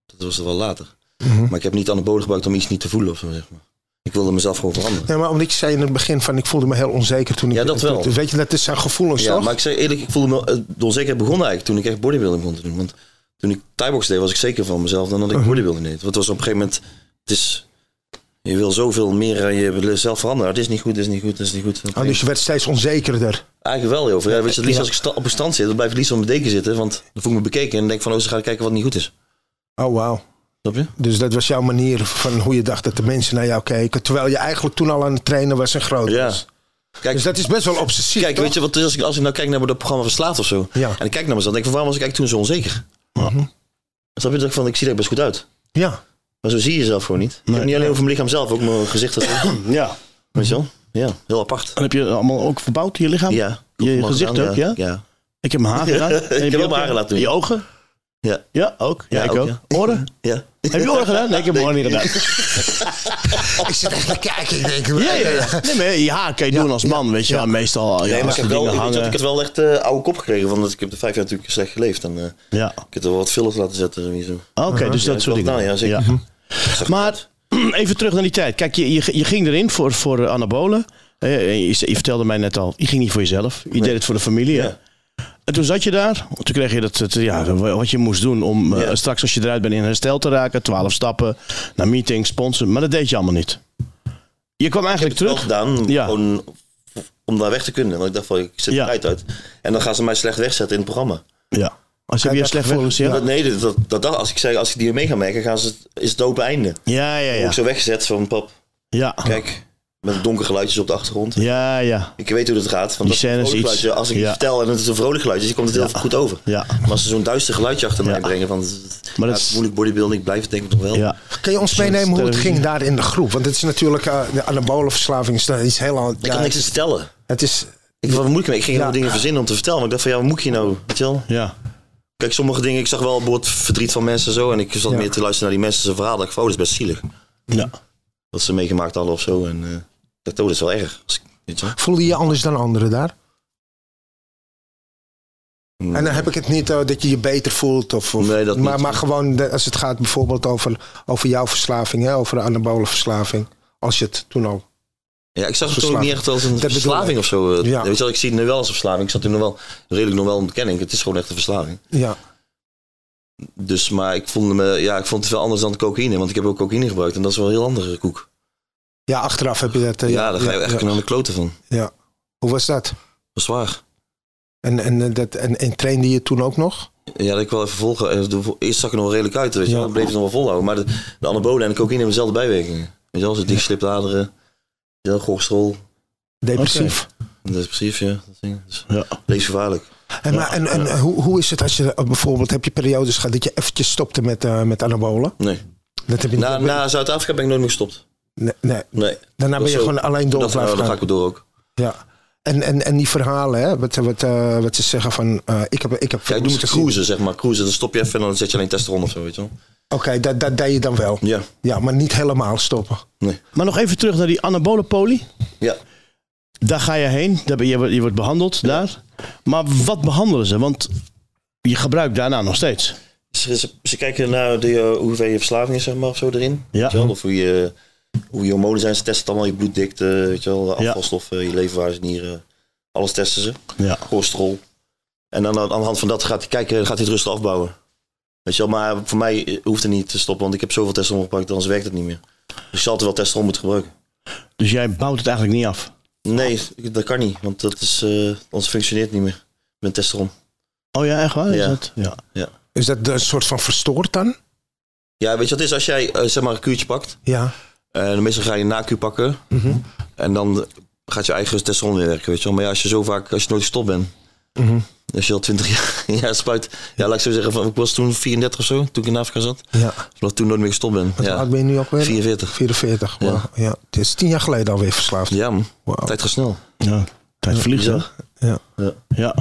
Speaker 2: Dat was er wel later.
Speaker 4: Mhm.
Speaker 2: Maar ik heb niet anabolen gebruikt om iets niet te voelen of zo, zeg maar. Ik wilde mezelf gewoon veranderen.
Speaker 4: Nee, maar omdat je zei in het begin van... ik voelde me heel onzeker toen ik...
Speaker 2: Ja, dat wel.
Speaker 4: toen- Weet je, dat is zijn gevoelens
Speaker 2: Ja,
Speaker 4: toch?
Speaker 2: maar ik zeg eerlijk, ik voelde me eh, de onzekerheid begon eigenlijk toen ik echt bodybuilding begon te doen. Want toen ik Thaibox deed, was ik zeker van mezelf dan dat
Speaker 4: Mhm.
Speaker 2: ik bodybuilding deed. Want het was op een gegeven moment, het is, je wil zoveel meer aan jezelf veranderen. Het is niet goed, dit is niet goed, dit is niet goed.
Speaker 4: Oh, dus je werd steeds onzekerder.
Speaker 2: Eigenlijk wel heel veel. Ja, weet je, het liefst
Speaker 4: Ja.
Speaker 2: als ik sta- op een stand zit, dan blijf ik het liefst onder mijn deken zitten. Want dan voel ik me bekeken en denk van, oh, ze gaan kijken wat niet goed is.
Speaker 4: Oh, wauw.
Speaker 2: Snap je?
Speaker 4: Dus dat was jouw manier van hoe je dacht dat de mensen naar jou keken. Terwijl je eigenlijk toen al aan het trainen was en groot
Speaker 2: Ja.
Speaker 4: was.
Speaker 2: Kijk,
Speaker 4: Dus dat is best wel obsessief.
Speaker 2: kijk
Speaker 4: toch?
Speaker 2: weet je wat het is? Als ik, als ik nou kijk naar dat programma Verslaafd of zo.
Speaker 4: Ja.
Speaker 2: En ik kijk naar mezelf, dan denk ik van, waarom was ik eigenlijk toen zo onzeker?
Speaker 3: Mhm.
Speaker 2: Snap je? Dat ik van, ik zie er best goed uit.
Speaker 4: Ja.
Speaker 2: Maar zo zie je jezelf gewoon niet. Ik heb Niet alleen over mijn lichaam zelf, ook mijn gezicht. Dat,
Speaker 3: [CLEARS THROAT] Ja.
Speaker 2: weet je wel? Ja, heel apart.
Speaker 3: Dan heb je allemaal ook verbouwd je lichaam?
Speaker 2: Ja.
Speaker 3: Oh. Je gezicht ook, ja?
Speaker 2: Ja.
Speaker 3: Ik heb mijn
Speaker 2: [LAUGHS]
Speaker 3: haar gedaan. En heb je
Speaker 2: heb ook
Speaker 3: ook eh,
Speaker 2: mijn haar laten doen.
Speaker 3: Je ogen?
Speaker 2: Ja.
Speaker 3: Ja, ook. Ja,
Speaker 2: Ja,
Speaker 3: ik
Speaker 2: ook,
Speaker 3: ook.
Speaker 2: ja. [LAUGHS]
Speaker 3: Oren?
Speaker 2: ja.
Speaker 3: Heb je oren gedaan? Nee, ik heb mijn oren niet
Speaker 2: [LAUGHS]
Speaker 3: gedaan.
Speaker 2: Oh,
Speaker 4: Ik zit echt te kijken. Ik denk,
Speaker 3: Ja, ja, ja. [LAUGHS] Nee, maar je haar kan je doen als man, weet je wel. Meestal ja,
Speaker 2: Nee, maar
Speaker 3: als
Speaker 2: ik
Speaker 3: er
Speaker 2: heb wel,
Speaker 3: dingen
Speaker 2: ik, weet je wat, ik
Speaker 3: hangen.
Speaker 2: heb wel echt eh oude kop gekregen. Want ik heb de vijf jaar natuurlijk slecht geleefd. En eh,
Speaker 3: Ja.
Speaker 2: ik heb er wel wat fillers laten zetten. en zo.
Speaker 3: Oké, dus
Speaker 2: Ja,
Speaker 3: dat
Speaker 2: ik
Speaker 3: soort
Speaker 2: wel
Speaker 3: dingen.
Speaker 2: gedaan, ja, zeker.
Speaker 3: Maar [CLEARS THROAT] even terug naar die tijd. Kijk, je, je, je ging erin voor, voor eh, anabolen. Eh, Je, je vertelde mij net al, je ging niet voor jezelf. Je deed het voor de familie. hè?
Speaker 2: Ja.
Speaker 3: En toen zat je daar. Toen kreeg je dat, dat, ja, wat je moest doen om eh,
Speaker 2: Ja.
Speaker 3: straks als je eruit bent in herstel te raken. Twaalf stappen, naar meetings, sponsor. Maar dat deed je allemaal niet. Je kwam
Speaker 2: Ik heb
Speaker 3: eigenlijk
Speaker 2: het wel
Speaker 3: terug.
Speaker 2: gedaan
Speaker 3: Ja.
Speaker 2: gewoon om daar weg te kunnen. Want ik dacht van, ik zit
Speaker 3: Ja.
Speaker 2: er tijd uit. En dan gaan ze mij slecht wegzetten in het programma.
Speaker 3: Ja. Als je
Speaker 4: Kijk,
Speaker 3: weer
Speaker 4: dat
Speaker 3: slecht
Speaker 4: gevoel-
Speaker 3: wil ja.
Speaker 2: Dat, nee, dat, dat, dat, als ik zeg, als ik die mee ga maken, gaan ze, is het open einde.
Speaker 3: Ja, ja,
Speaker 2: Word
Speaker 3: ja.
Speaker 2: ik zo weggezet van, pap,
Speaker 3: Ja,
Speaker 2: kijk, met donkere geluidjes op de achtergrond.
Speaker 3: ja, ja.
Speaker 2: Ik weet hoe dat gaat. Van
Speaker 3: Die
Speaker 2: dat
Speaker 3: scène is
Speaker 2: vrolijk
Speaker 3: iets-
Speaker 2: geluidje, Als ik
Speaker 3: ja.
Speaker 2: iets vertel en het is een vrolijk geluidje, dus komt het heel goed over.
Speaker 3: Ja.
Speaker 2: Maar als ze zo'n duister geluidje achter
Speaker 3: Ja.
Speaker 2: mij brengen, van,
Speaker 3: Maar
Speaker 2: maar
Speaker 3: dat
Speaker 2: dat
Speaker 3: is-
Speaker 2: is moeilijk bodybuilding, ik blijf het denk ik nog wel.
Speaker 3: ja.
Speaker 4: Kun je ons meenemen hoe het ging daar in de groep? Want het is natuurlijk, eh, de anabole verslaving is, dat is heel aan.
Speaker 2: Ik
Speaker 4: ja,
Speaker 2: kan niks te vertellen.
Speaker 4: het is,
Speaker 2: Ik, wat moet ik, mee? ik ging
Speaker 4: Ja.
Speaker 2: helemaal dingen verzinnen om te vertellen. Maar ik dacht van, ja, wat moet ik hier nou? Weet je wel?
Speaker 3: ja.
Speaker 2: Kijk, sommige dingen, ik zag wel het verdriet van mensen en zo. En ik zat meer te luisteren naar die mensen zijn verhaal. dacht ik van, oh, dat is best zielig.
Speaker 3: ja.
Speaker 2: Wat ze meegemaakt hadden of zo. En eh, ik dacht, oh, dat is wel erg. Als ik- weet je wel.
Speaker 4: voelde je je anders dan anderen daar? En dan heb ik het niet eh, dat je je beter voelt. Of, of-
Speaker 2: Nee, dat niet.
Speaker 4: maar, maar gewoon de- als het gaat bijvoorbeeld over, over jouw verslaving, hè, over de anabole verslaving. Als je het toen al.
Speaker 2: Ja, ik zag het toen ook niet echt als een
Speaker 4: Dat bedoel
Speaker 2: verslaving
Speaker 4: ik.
Speaker 2: of zo. eh,
Speaker 4: Ja.
Speaker 2: Weet je wel, ik zie het nu wel als een verslaving. Ik zat toen nog wel, redelijk nog wel in ontkenning. Het is gewoon echt een verslaving.
Speaker 4: Ja.
Speaker 2: Dus, maar ik vond, me, ja, ik vond het wel anders dan cocaïne. Want ik heb ook cocaïne gebruikt. En dat is wel een heel andere koek.
Speaker 4: ja, achteraf heb je dat. eh,
Speaker 2: Ja, daar ga je echt
Speaker 4: ja.
Speaker 2: aan de kloten van. Dat
Speaker 4: ja. Hoe was dat?
Speaker 2: is zwaar.
Speaker 4: En, en, eh, dat, en, en trainde je toen ook nog?
Speaker 2: Ja, dat ik wel even volgen. Eh, de- Eerst zag ik er nog redelijk uit, weet je
Speaker 4: Ja.
Speaker 2: wel. Dan bleef het nog wel volhouden. Maar de, de anabolen en de cocaïne hebben dezelfde bijwerkingen. Weet je wel, ze dichtslipte aderen, heel cholesterol,
Speaker 4: Depressief.
Speaker 2: depressief, ja. Dat ding. Dus
Speaker 3: Ja.
Speaker 2: levensgevaarlijk.
Speaker 4: En, maar, en, en eh, hoe, hoe is het als je eh, bijvoorbeeld, heb je periodes gehad dat je eventjes stopte met, eh, met anabolen?
Speaker 2: Nee.
Speaker 4: Dat heb je
Speaker 2: Na,
Speaker 4: niet.
Speaker 2: na Zuid-Afrika ben ik nooit meer gestopt.
Speaker 4: Nee, nee.
Speaker 2: Nee.
Speaker 4: Daarna Nou, ben je
Speaker 2: zo.
Speaker 4: gewoon alleen door
Speaker 2: Dat, nou,
Speaker 4: blijven
Speaker 2: dan ga
Speaker 4: gaan.
Speaker 2: ik weer door ook.
Speaker 4: Ja. En, en, en die verhalen, hè, wat, wat, eh, wat ze zeggen van, eh, ik heb... Ik heb
Speaker 2: Ja, ik doe met de
Speaker 4: gezien.
Speaker 2: cruisen, zeg maar. Cruisen, dan stop je even en dan zet je alleen testosteron of zo, weet je wel.
Speaker 4: Oké, dat, dat deed je dan wel.
Speaker 2: Ja.
Speaker 4: Ja, maar niet helemaal stoppen.
Speaker 2: Nee.
Speaker 3: Maar nog even terug naar die anabole poli.
Speaker 2: Ja.
Speaker 3: Daar ga je heen, daar ben je, je wordt behandeld daar. Maar wat behandelen ze? Want je gebruikt daarna nog steeds.
Speaker 2: Ze, ze, ze kijken naar de, eh, hoeveel je verslaving is, zeg maar, of zo erin.
Speaker 3: Ja.
Speaker 2: Weet je wel? Of hoe je, hoe je hormonen zijn. Ze testen het allemaal je bloeddikte, weet je wel, de
Speaker 3: Ja.
Speaker 2: afvalstoffen, je leverwaardes, nieren. Alles testen ze.
Speaker 3: Ja.
Speaker 2: Cholesterol. En dan aan aan de hand van dat gaat hij kijken, gaat hij het rustig afbouwen. Weet je wel, maar voor mij eh, hoeft het niet te stoppen, want ik heb zoveel testosteron gebruikt, anders werkt het niet meer. Dus ik zal altijd wel testosteron moeten gebruiken.
Speaker 3: Dus jij bouwt het eigenlijk niet af.
Speaker 2: Nee, dat kan niet, want dat is, eh, anders functioneert het niet meer met testosteron.
Speaker 3: Oh ja, echt waar? Is
Speaker 2: Ja.
Speaker 3: dat? ja.
Speaker 4: Is dat een soort van verstoord dan?
Speaker 2: Ja, weet je wat het is? Als jij eh, zeg maar een kuurtje pakt,
Speaker 4: Ja.
Speaker 2: En Eh, meestal ga je een nakuur pakken.
Speaker 4: Mhm. Mhm.
Speaker 2: En dan gaat je eigen testosteron weer werken, weet je wel. Maar ja, als je zo vaak, als je nooit gestopt bent. Als je al 20 jaar [LAUGHS] ja, spuit. Ja, laat ik zo zeggen, van, ik was toen 34 of zo, toen ik in Afrika zat.
Speaker 4: Ja.
Speaker 2: Omdat ik toen nooit meer gestopt ben.
Speaker 4: Wat
Speaker 2: ja.
Speaker 4: oud ben je nu ook weer?
Speaker 2: 44.
Speaker 4: 44,
Speaker 2: Ja.
Speaker 4: wauw, ja. Het is tien jaar geleden alweer verslaafd.
Speaker 2: Ja, man.
Speaker 4: Wauw.
Speaker 2: Tijd gaat snel.
Speaker 3: Ja, tijd vliegt,
Speaker 2: Ja.
Speaker 3: hè?
Speaker 4: Ja.
Speaker 3: Ja.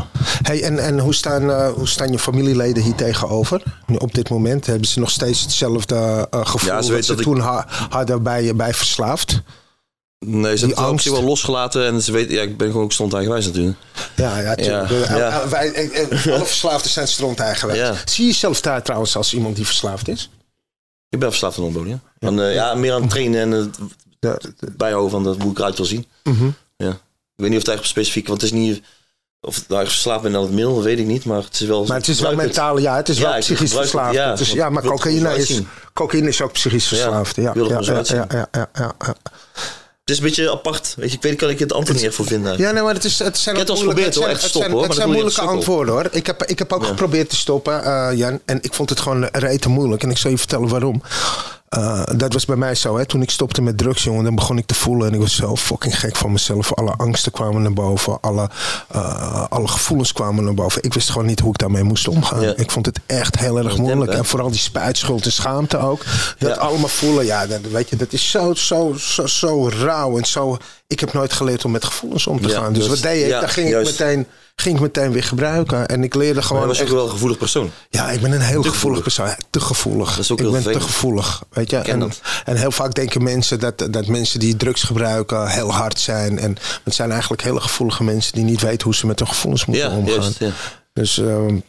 Speaker 4: Hey, en en hoe, staan, eh, hoe staan je familieleden hier tegenover? Nu, op dit moment hebben ze nog steeds hetzelfde eh, gevoel
Speaker 2: Ja, ze
Speaker 4: dat
Speaker 2: weten
Speaker 4: ze
Speaker 2: dat ik-
Speaker 4: toen ha- hadden bij, bij verslaafd.
Speaker 2: Nee, ze
Speaker 4: Die
Speaker 2: hebben het op
Speaker 4: angst.
Speaker 2: zich wel losgelaten. En ze weten, ja, ik ben gewoon ook stond eigenwijs natuurlijk.
Speaker 4: Ja, ja, tuurlijk.
Speaker 2: Ja,
Speaker 4: Eh,
Speaker 2: ja.
Speaker 4: eh, wij, eh, eh,
Speaker 2: [LAUGHS]
Speaker 4: alle verslaafden zijn stront eigenlijk.
Speaker 2: Ja.
Speaker 4: Zie je jezelf daar trouwens als iemand die verslaafd is?
Speaker 2: Ik ben verslaafd aan ontboden, ja. En, eh, ja, meer aan het trainen en het
Speaker 4: Ja, Mhm.
Speaker 2: bijhouden van dat hoe ik eruit wil zien. Ja. Ik weet niet of het eigenlijk specifiek, want het is niet... Of ik nou, verslaafd ben aan het middel, dat weet ik niet. Maar het is wel...
Speaker 4: Maar het is wel
Speaker 2: gebruik het.
Speaker 4: mentaal, ja, het is
Speaker 2: Ja,
Speaker 4: wel
Speaker 2: ik
Speaker 4: psychisch
Speaker 2: gebruik het,
Speaker 4: verslaafd.
Speaker 2: ja,
Speaker 4: Het is-
Speaker 2: want
Speaker 4: ja,
Speaker 2: ik
Speaker 4: maar
Speaker 2: wil het
Speaker 4: cocaïne
Speaker 2: gewoon zo
Speaker 4: is,
Speaker 2: uitzien.
Speaker 4: cocaïne is ook psychisch verslaafd. Ja,
Speaker 2: ik wil het
Speaker 4: ja,
Speaker 2: gewoon
Speaker 4: ja,
Speaker 2: zo
Speaker 4: ja, ja, ja, ja,
Speaker 2: Het is een beetje apart. Weet je, ik weet, ik kan ik het antwoord niet echt voor vinden.
Speaker 4: Ja, nee, maar het, is, het zijn
Speaker 2: eh, Ik
Speaker 4: ook
Speaker 2: heb het wel eens geprobeerd,
Speaker 4: moeilijke-
Speaker 2: hoor,
Speaker 4: zijn-
Speaker 2: echt
Speaker 4: het
Speaker 2: stoppen,
Speaker 4: zijn,
Speaker 2: hoor,
Speaker 4: het
Speaker 2: maar
Speaker 4: zijn
Speaker 2: dat doe je
Speaker 4: moeilijke
Speaker 2: echt sukkel.
Speaker 4: antwoorden hoor. Ik heb, ik heb ook geprobeerd te stoppen, eh, Jan. En ik vond het gewoon reten moeilijk. En ik zal je vertellen waarom. Eh, dat was bij mij zo. Hè. Toen ik stopte met drugs, jongen, dan begon ik te voelen. En ik was zo fucking gek van mezelf. Alle angsten kwamen naar boven. Alle, eh, alle gevoelens kwamen naar boven. Ik wist gewoon niet hoe ik daarmee moest omgaan.
Speaker 2: Ja.
Speaker 4: Ik vond het echt heel erg moeilijk.
Speaker 2: hè?
Speaker 4: En vooral die spuitschuld en schaamte ook. Dat
Speaker 2: Ja.
Speaker 4: allemaal voelen, ja, dat, weet je, dat is zo, zo, zo, zo rauw en zo... Ik heb nooit geleerd om met gevoelens om te
Speaker 2: Ja,
Speaker 4: gaan. Dus
Speaker 2: juist.
Speaker 4: wat deed ik?
Speaker 2: Ja,
Speaker 4: Dan ging ik,
Speaker 2: juist.
Speaker 4: meteen, ging ik meteen weer gebruiken. En ik leerde
Speaker 2: Maar hij
Speaker 4: gewoon...
Speaker 2: was ook
Speaker 4: echt-
Speaker 2: wel een gevoelig persoon.
Speaker 4: ja, ik ben een heel gevoelig
Speaker 2: gevoelig.
Speaker 4: persoon. Ja, Te gevoelig.
Speaker 2: Dat is ook
Speaker 4: ik
Speaker 2: heel
Speaker 4: ben te
Speaker 2: vervelend.
Speaker 4: gevoelig. Weet je?
Speaker 2: ken
Speaker 4: En,
Speaker 2: dat.
Speaker 4: en heel vaak denken mensen dat, dat mensen die drugs gebruiken heel hard zijn. En het zijn eigenlijk hele gevoelige mensen die niet weten hoe ze met hun gevoelens moeten
Speaker 2: Ja,
Speaker 4: omgaan.
Speaker 2: juist. Ja.
Speaker 4: Dus ehm,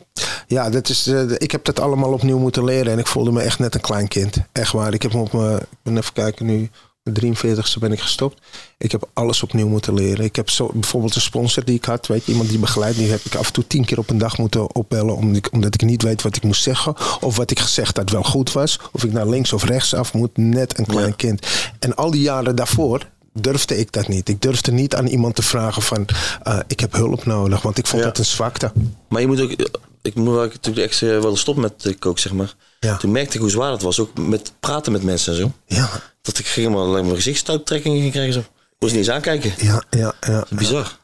Speaker 4: ja, dat is, eh, ik heb dat allemaal opnieuw moeten leren. En ik voelde me echt net een klein kind. Echt waar. Ik heb me op mijn, ik ben even kijken nu, mijn 43ste ben ik gestopt. Ik heb alles opnieuw moeten leren. Ik heb zo, bijvoorbeeld een sponsor die ik had, weet je, iemand die begeleidt. Die heb ik af en toe tien keer op een dag moeten opbellen. Omdat ik, omdat ik niet weet wat ik moest zeggen. Of wat ik gezegd had wel goed was. Of ik naar links of rechts af moet. Net een klein
Speaker 2: Ja.
Speaker 4: kind. En al die jaren daarvoor durfde ik dat niet. Ik durfde niet aan iemand te vragen van... eh, ik heb hulp nodig, want ik vond
Speaker 2: Ja.
Speaker 4: dat een zwakte.
Speaker 2: Maar je moet ook... eh, Ik moet wel- natuurlijk echt eh, wel stoppen met eh, kook, zeg maar.
Speaker 4: Ja.
Speaker 2: Toen merkte ik hoe zwaar het was. Ook met praten met mensen en zo.
Speaker 4: Ja,
Speaker 2: Dat ik helemaal alleen maar gezichtstuittrekkingen ging krijgen. Zo. Ik moest niet eens aankijken.
Speaker 4: ja, ja. ja.
Speaker 2: Bizar.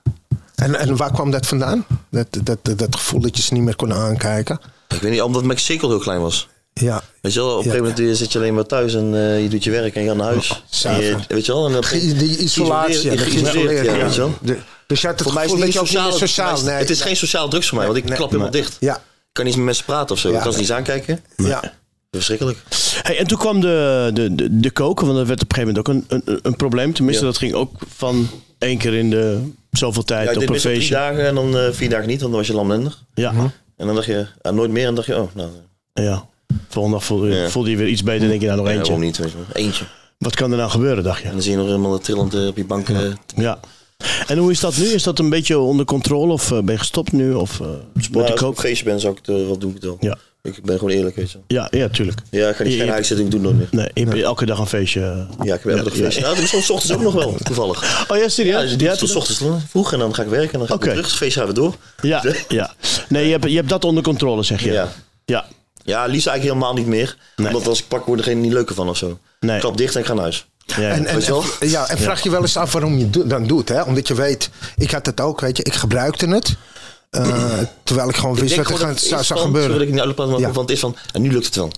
Speaker 4: En, en waar kwam dat vandaan? Dat, dat, dat, dat gevoel dat je ze niet meer kon aankijken.
Speaker 2: Ik weet niet, omdat mijn cirkel heel klein was.
Speaker 4: Ja.
Speaker 2: Weet je wel, op een
Speaker 4: Ja.
Speaker 2: gegeven moment zit je alleen maar thuis en eh, je doet je werk en je gaat naar huis. En je-
Speaker 4: Zuiver.
Speaker 2: weet je wel? En dan-
Speaker 4: Ge- Die isolatie.
Speaker 2: Geïsoleerd,
Speaker 4: ja, dat je
Speaker 2: geïsoleerd, ja,
Speaker 4: isoleert,
Speaker 2: weet je wel.
Speaker 4: De- Dus je had het
Speaker 2: Voor mij is
Speaker 4: gevoel
Speaker 2: het
Speaker 4: dat
Speaker 2: niet
Speaker 4: je ook niet
Speaker 2: sociaal.
Speaker 4: meer
Speaker 2: voor
Speaker 4: sociaal...
Speaker 2: mij is-
Speaker 4: Nee,
Speaker 2: het is geen sociaal drugs voor mij, want ik
Speaker 4: Nee,
Speaker 2: klap helemaal
Speaker 4: nee.
Speaker 2: dicht.
Speaker 4: Ja,
Speaker 2: Ik kan niet eens met mensen praten of zo.
Speaker 4: Ja.
Speaker 2: Ik kan ze niet eens aankijken.
Speaker 4: ja.
Speaker 2: Verschrikkelijk.
Speaker 3: Hey, en toen kwam de, de, de, de koken, want dat werd op een gegeven moment ook een, een, een probleem. Tenminste,
Speaker 2: Ja.
Speaker 3: dat ging ook van één keer in de zoveel tijd
Speaker 2: Ja, ik
Speaker 3: op
Speaker 2: deed
Speaker 3: een
Speaker 2: meestal drie Mhm.
Speaker 3: feestje.
Speaker 2: dagen en dan eh, vier dagen niet, want dan was je lamlendig.
Speaker 3: Ja,
Speaker 2: En dan dacht je, ah, nooit meer. En dan dacht je, oh, nou,
Speaker 3: ja. Volgende dag voelde,
Speaker 2: Ja.
Speaker 3: voelde je weer iets beter. Dan denk je, nou nog
Speaker 2: ja,
Speaker 3: eentje.
Speaker 2: waarom niet? Weet je wel. Eentje.
Speaker 3: Wat kan er nou gebeuren, dacht je?
Speaker 2: En dan zie je nog helemaal trillend eh, op je bank. eh,
Speaker 3: Ja. En hoe is dat nu? Is dat een beetje onder controle? Of eh, ben je gestopt nu? Of eh sport
Speaker 2: maar
Speaker 3: ik
Speaker 2: als Nou, ik op
Speaker 3: ook?
Speaker 2: een feestje ben, zou ik het, eh, wel doen. Ik, het wel.
Speaker 3: Ja.
Speaker 2: ik ben gewoon eerlijk, weet je wel.
Speaker 3: Ja, ja, tuurlijk.
Speaker 2: Ja, ik ga niet
Speaker 3: Je-
Speaker 2: geen huis zitten, ik doe het nooit meer.
Speaker 3: Nee, je hebt elke dag een feestje.
Speaker 2: Ja, ik heb elke dag feestje. Nou, dat is soms 's ochtends ook nog wel, toevallig.
Speaker 3: Oh ja,
Speaker 2: Ja,
Speaker 3: serieus?
Speaker 2: dus ik doe het tot 's ochtends vroeg en dan ga ik werken en dan ga ik
Speaker 3: Oké.
Speaker 2: weer terug. Het feest gaan we door.
Speaker 3: Ja, ja. Nee, je hebt, je hebt dat onder controle, zeg je.
Speaker 2: Ja.
Speaker 3: Ja.
Speaker 2: [LAUGHS] Ja, liefst eigenlijk helemaal niet meer.
Speaker 3: Nee.
Speaker 2: Want als ik pak, word degene niet leuker van of zo.
Speaker 3: Nee.
Speaker 2: Ik klap dicht en ik ga naar huis.
Speaker 3: Ja,
Speaker 4: En, en,
Speaker 2: Weet je wel?
Speaker 4: en- ja, en vraag je wel eens af waarom je do- dan doet. Hè? Omdat je weet, ik had het ook, weet je, ik gebruikte het. [CLEARS THROAT] eh, terwijl ik gewoon wist
Speaker 2: denk
Speaker 4: dat het
Speaker 2: gewoon
Speaker 4: gaan-
Speaker 2: dat
Speaker 4: zou,
Speaker 2: is van-
Speaker 4: zou
Speaker 2: sorry
Speaker 4: gebeuren.
Speaker 2: dat ik niet uitpraat, maar
Speaker 4: Ja.
Speaker 2: want het is van, en nu lukt het wel.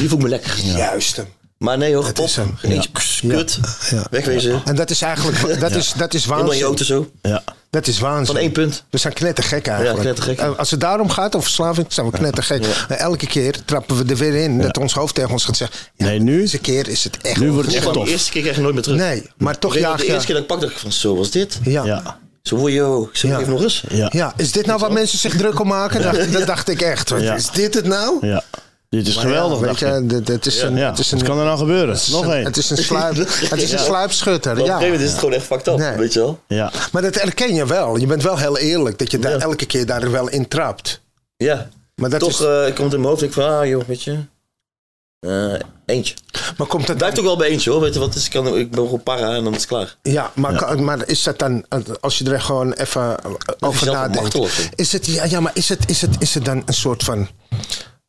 Speaker 2: Nu voel ik me lekker.
Speaker 4: Juist. hem.
Speaker 2: Maar nee hoor, pop.
Speaker 4: is hem.
Speaker 2: Eentje, kus, kut.
Speaker 4: Ja.
Speaker 2: Wegwezen.
Speaker 4: En dat is eigenlijk, dat is, dat is
Speaker 2: Helemaal in je auto
Speaker 4: waanzin.
Speaker 2: zo.
Speaker 3: ja.
Speaker 4: Dat is waanzin.
Speaker 2: Van één punt.
Speaker 4: We zijn knettergek eigenlijk.
Speaker 2: knettergek.
Speaker 4: Eh, Als het daarom gaat, over verslaving, zijn we knettergek. Eh, Elke keer trappen we er weer in dat ons hoofd tegen ons gaat zeggen... ja,
Speaker 3: Nee, nu-
Speaker 4: Deze keer is het echt...
Speaker 3: Nu wordt het
Speaker 2: Ik
Speaker 3: echt
Speaker 2: kwam
Speaker 3: tof.
Speaker 2: de eerste keer echt nooit meer terug.
Speaker 4: Nee, maar toch
Speaker 2: Ik weet nog,
Speaker 4: jaag
Speaker 2: de
Speaker 4: je...
Speaker 2: eerste keer dat ik pak, dacht ik van, zo was dit.
Speaker 4: Ja. Ja.
Speaker 3: Ja.
Speaker 2: Zo, wow, yo, zo
Speaker 4: Ja.
Speaker 2: even nog eens.
Speaker 3: Ja. ja.
Speaker 4: is dit nou waar mensen zich druk om maken? Dacht- Dat dacht ik echt. Want
Speaker 3: Ja.
Speaker 4: Is dit het nou?
Speaker 3: Dit is
Speaker 4: Maar
Speaker 3: geweldig,
Speaker 4: ja,
Speaker 3: dacht
Speaker 4: weet
Speaker 3: je.
Speaker 4: je, dit- dit is een-
Speaker 3: Ja.
Speaker 4: Het is
Speaker 3: Wat
Speaker 4: een-
Speaker 3: kan er nou gebeuren?
Speaker 4: het is
Speaker 3: Nog
Speaker 4: een-
Speaker 3: één.
Speaker 4: het is een
Speaker 2: [LAUGHS]
Speaker 4: sluip- het is een
Speaker 2: Ja.
Speaker 4: sluipschutter.
Speaker 2: Maar op een
Speaker 4: ja.
Speaker 2: gegeven moment is het gewoon echt fucked up,
Speaker 4: Nee.
Speaker 2: weet je wel.
Speaker 3: Ja.
Speaker 4: Maar dat herken je wel. Je bent wel heel eerlijk dat je daar elke keer daar wel in trapt.
Speaker 2: Ja.
Speaker 4: Maar, dat
Speaker 2: Toch
Speaker 4: is,
Speaker 2: eh, komt het in mijn hoofd, ik van, ah joh, weet je. Eh, eentje.
Speaker 4: maar komt dat
Speaker 2: Het blijft ook wel bij eentje hoor, weet je wat, dus ik, kan, ik ben gewoon para en dan is het klaar.
Speaker 4: Ja, maar, kan- maar is dat dan, als je er gewoon even over
Speaker 2: jezelf
Speaker 4: nadenkt,
Speaker 2: machtig.
Speaker 4: is het, ja, ja, maar is het, is, het, is het dan een soort van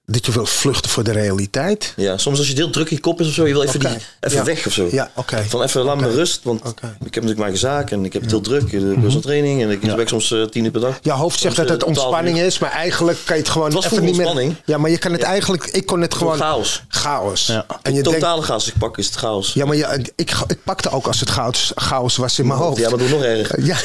Speaker 4: dat je wil vluchten voor de realiteit.
Speaker 2: Ja, soms als je heel druk in je kop is of zo, je wil even,
Speaker 4: Oké.
Speaker 2: die, even
Speaker 4: Ja.
Speaker 2: weg of zo.
Speaker 4: Ja, oké.
Speaker 2: Van even laat me
Speaker 4: Oké.
Speaker 2: rust, want
Speaker 4: Oké.
Speaker 2: ik heb natuurlijk mijn zaak en ik heb het heel druk. Ik heb zo'n training en ik werk soms eh, tien uur per dag.
Speaker 4: Je hoofd zegt
Speaker 2: Soms,
Speaker 4: dat het
Speaker 2: eh, twaalf
Speaker 4: ontspanning
Speaker 2: uur.
Speaker 4: is, maar eigenlijk kan je het gewoon
Speaker 2: Het was
Speaker 4: even niet
Speaker 2: vroeger
Speaker 4: meer.
Speaker 2: ontspanning.
Speaker 4: Ja, maar je kan het eigenlijk. Ik kon het gewoon.
Speaker 2: chaos.
Speaker 4: Chaos.
Speaker 3: Ja.
Speaker 4: En je denkt.
Speaker 2: Totale chaos ik pak is het chaos.
Speaker 4: Ja, maar je, ik, ik pakte ook als het chaos, chaos was in mijn hoofd.
Speaker 2: Ja, maar doe nog erger.
Speaker 4: Ja.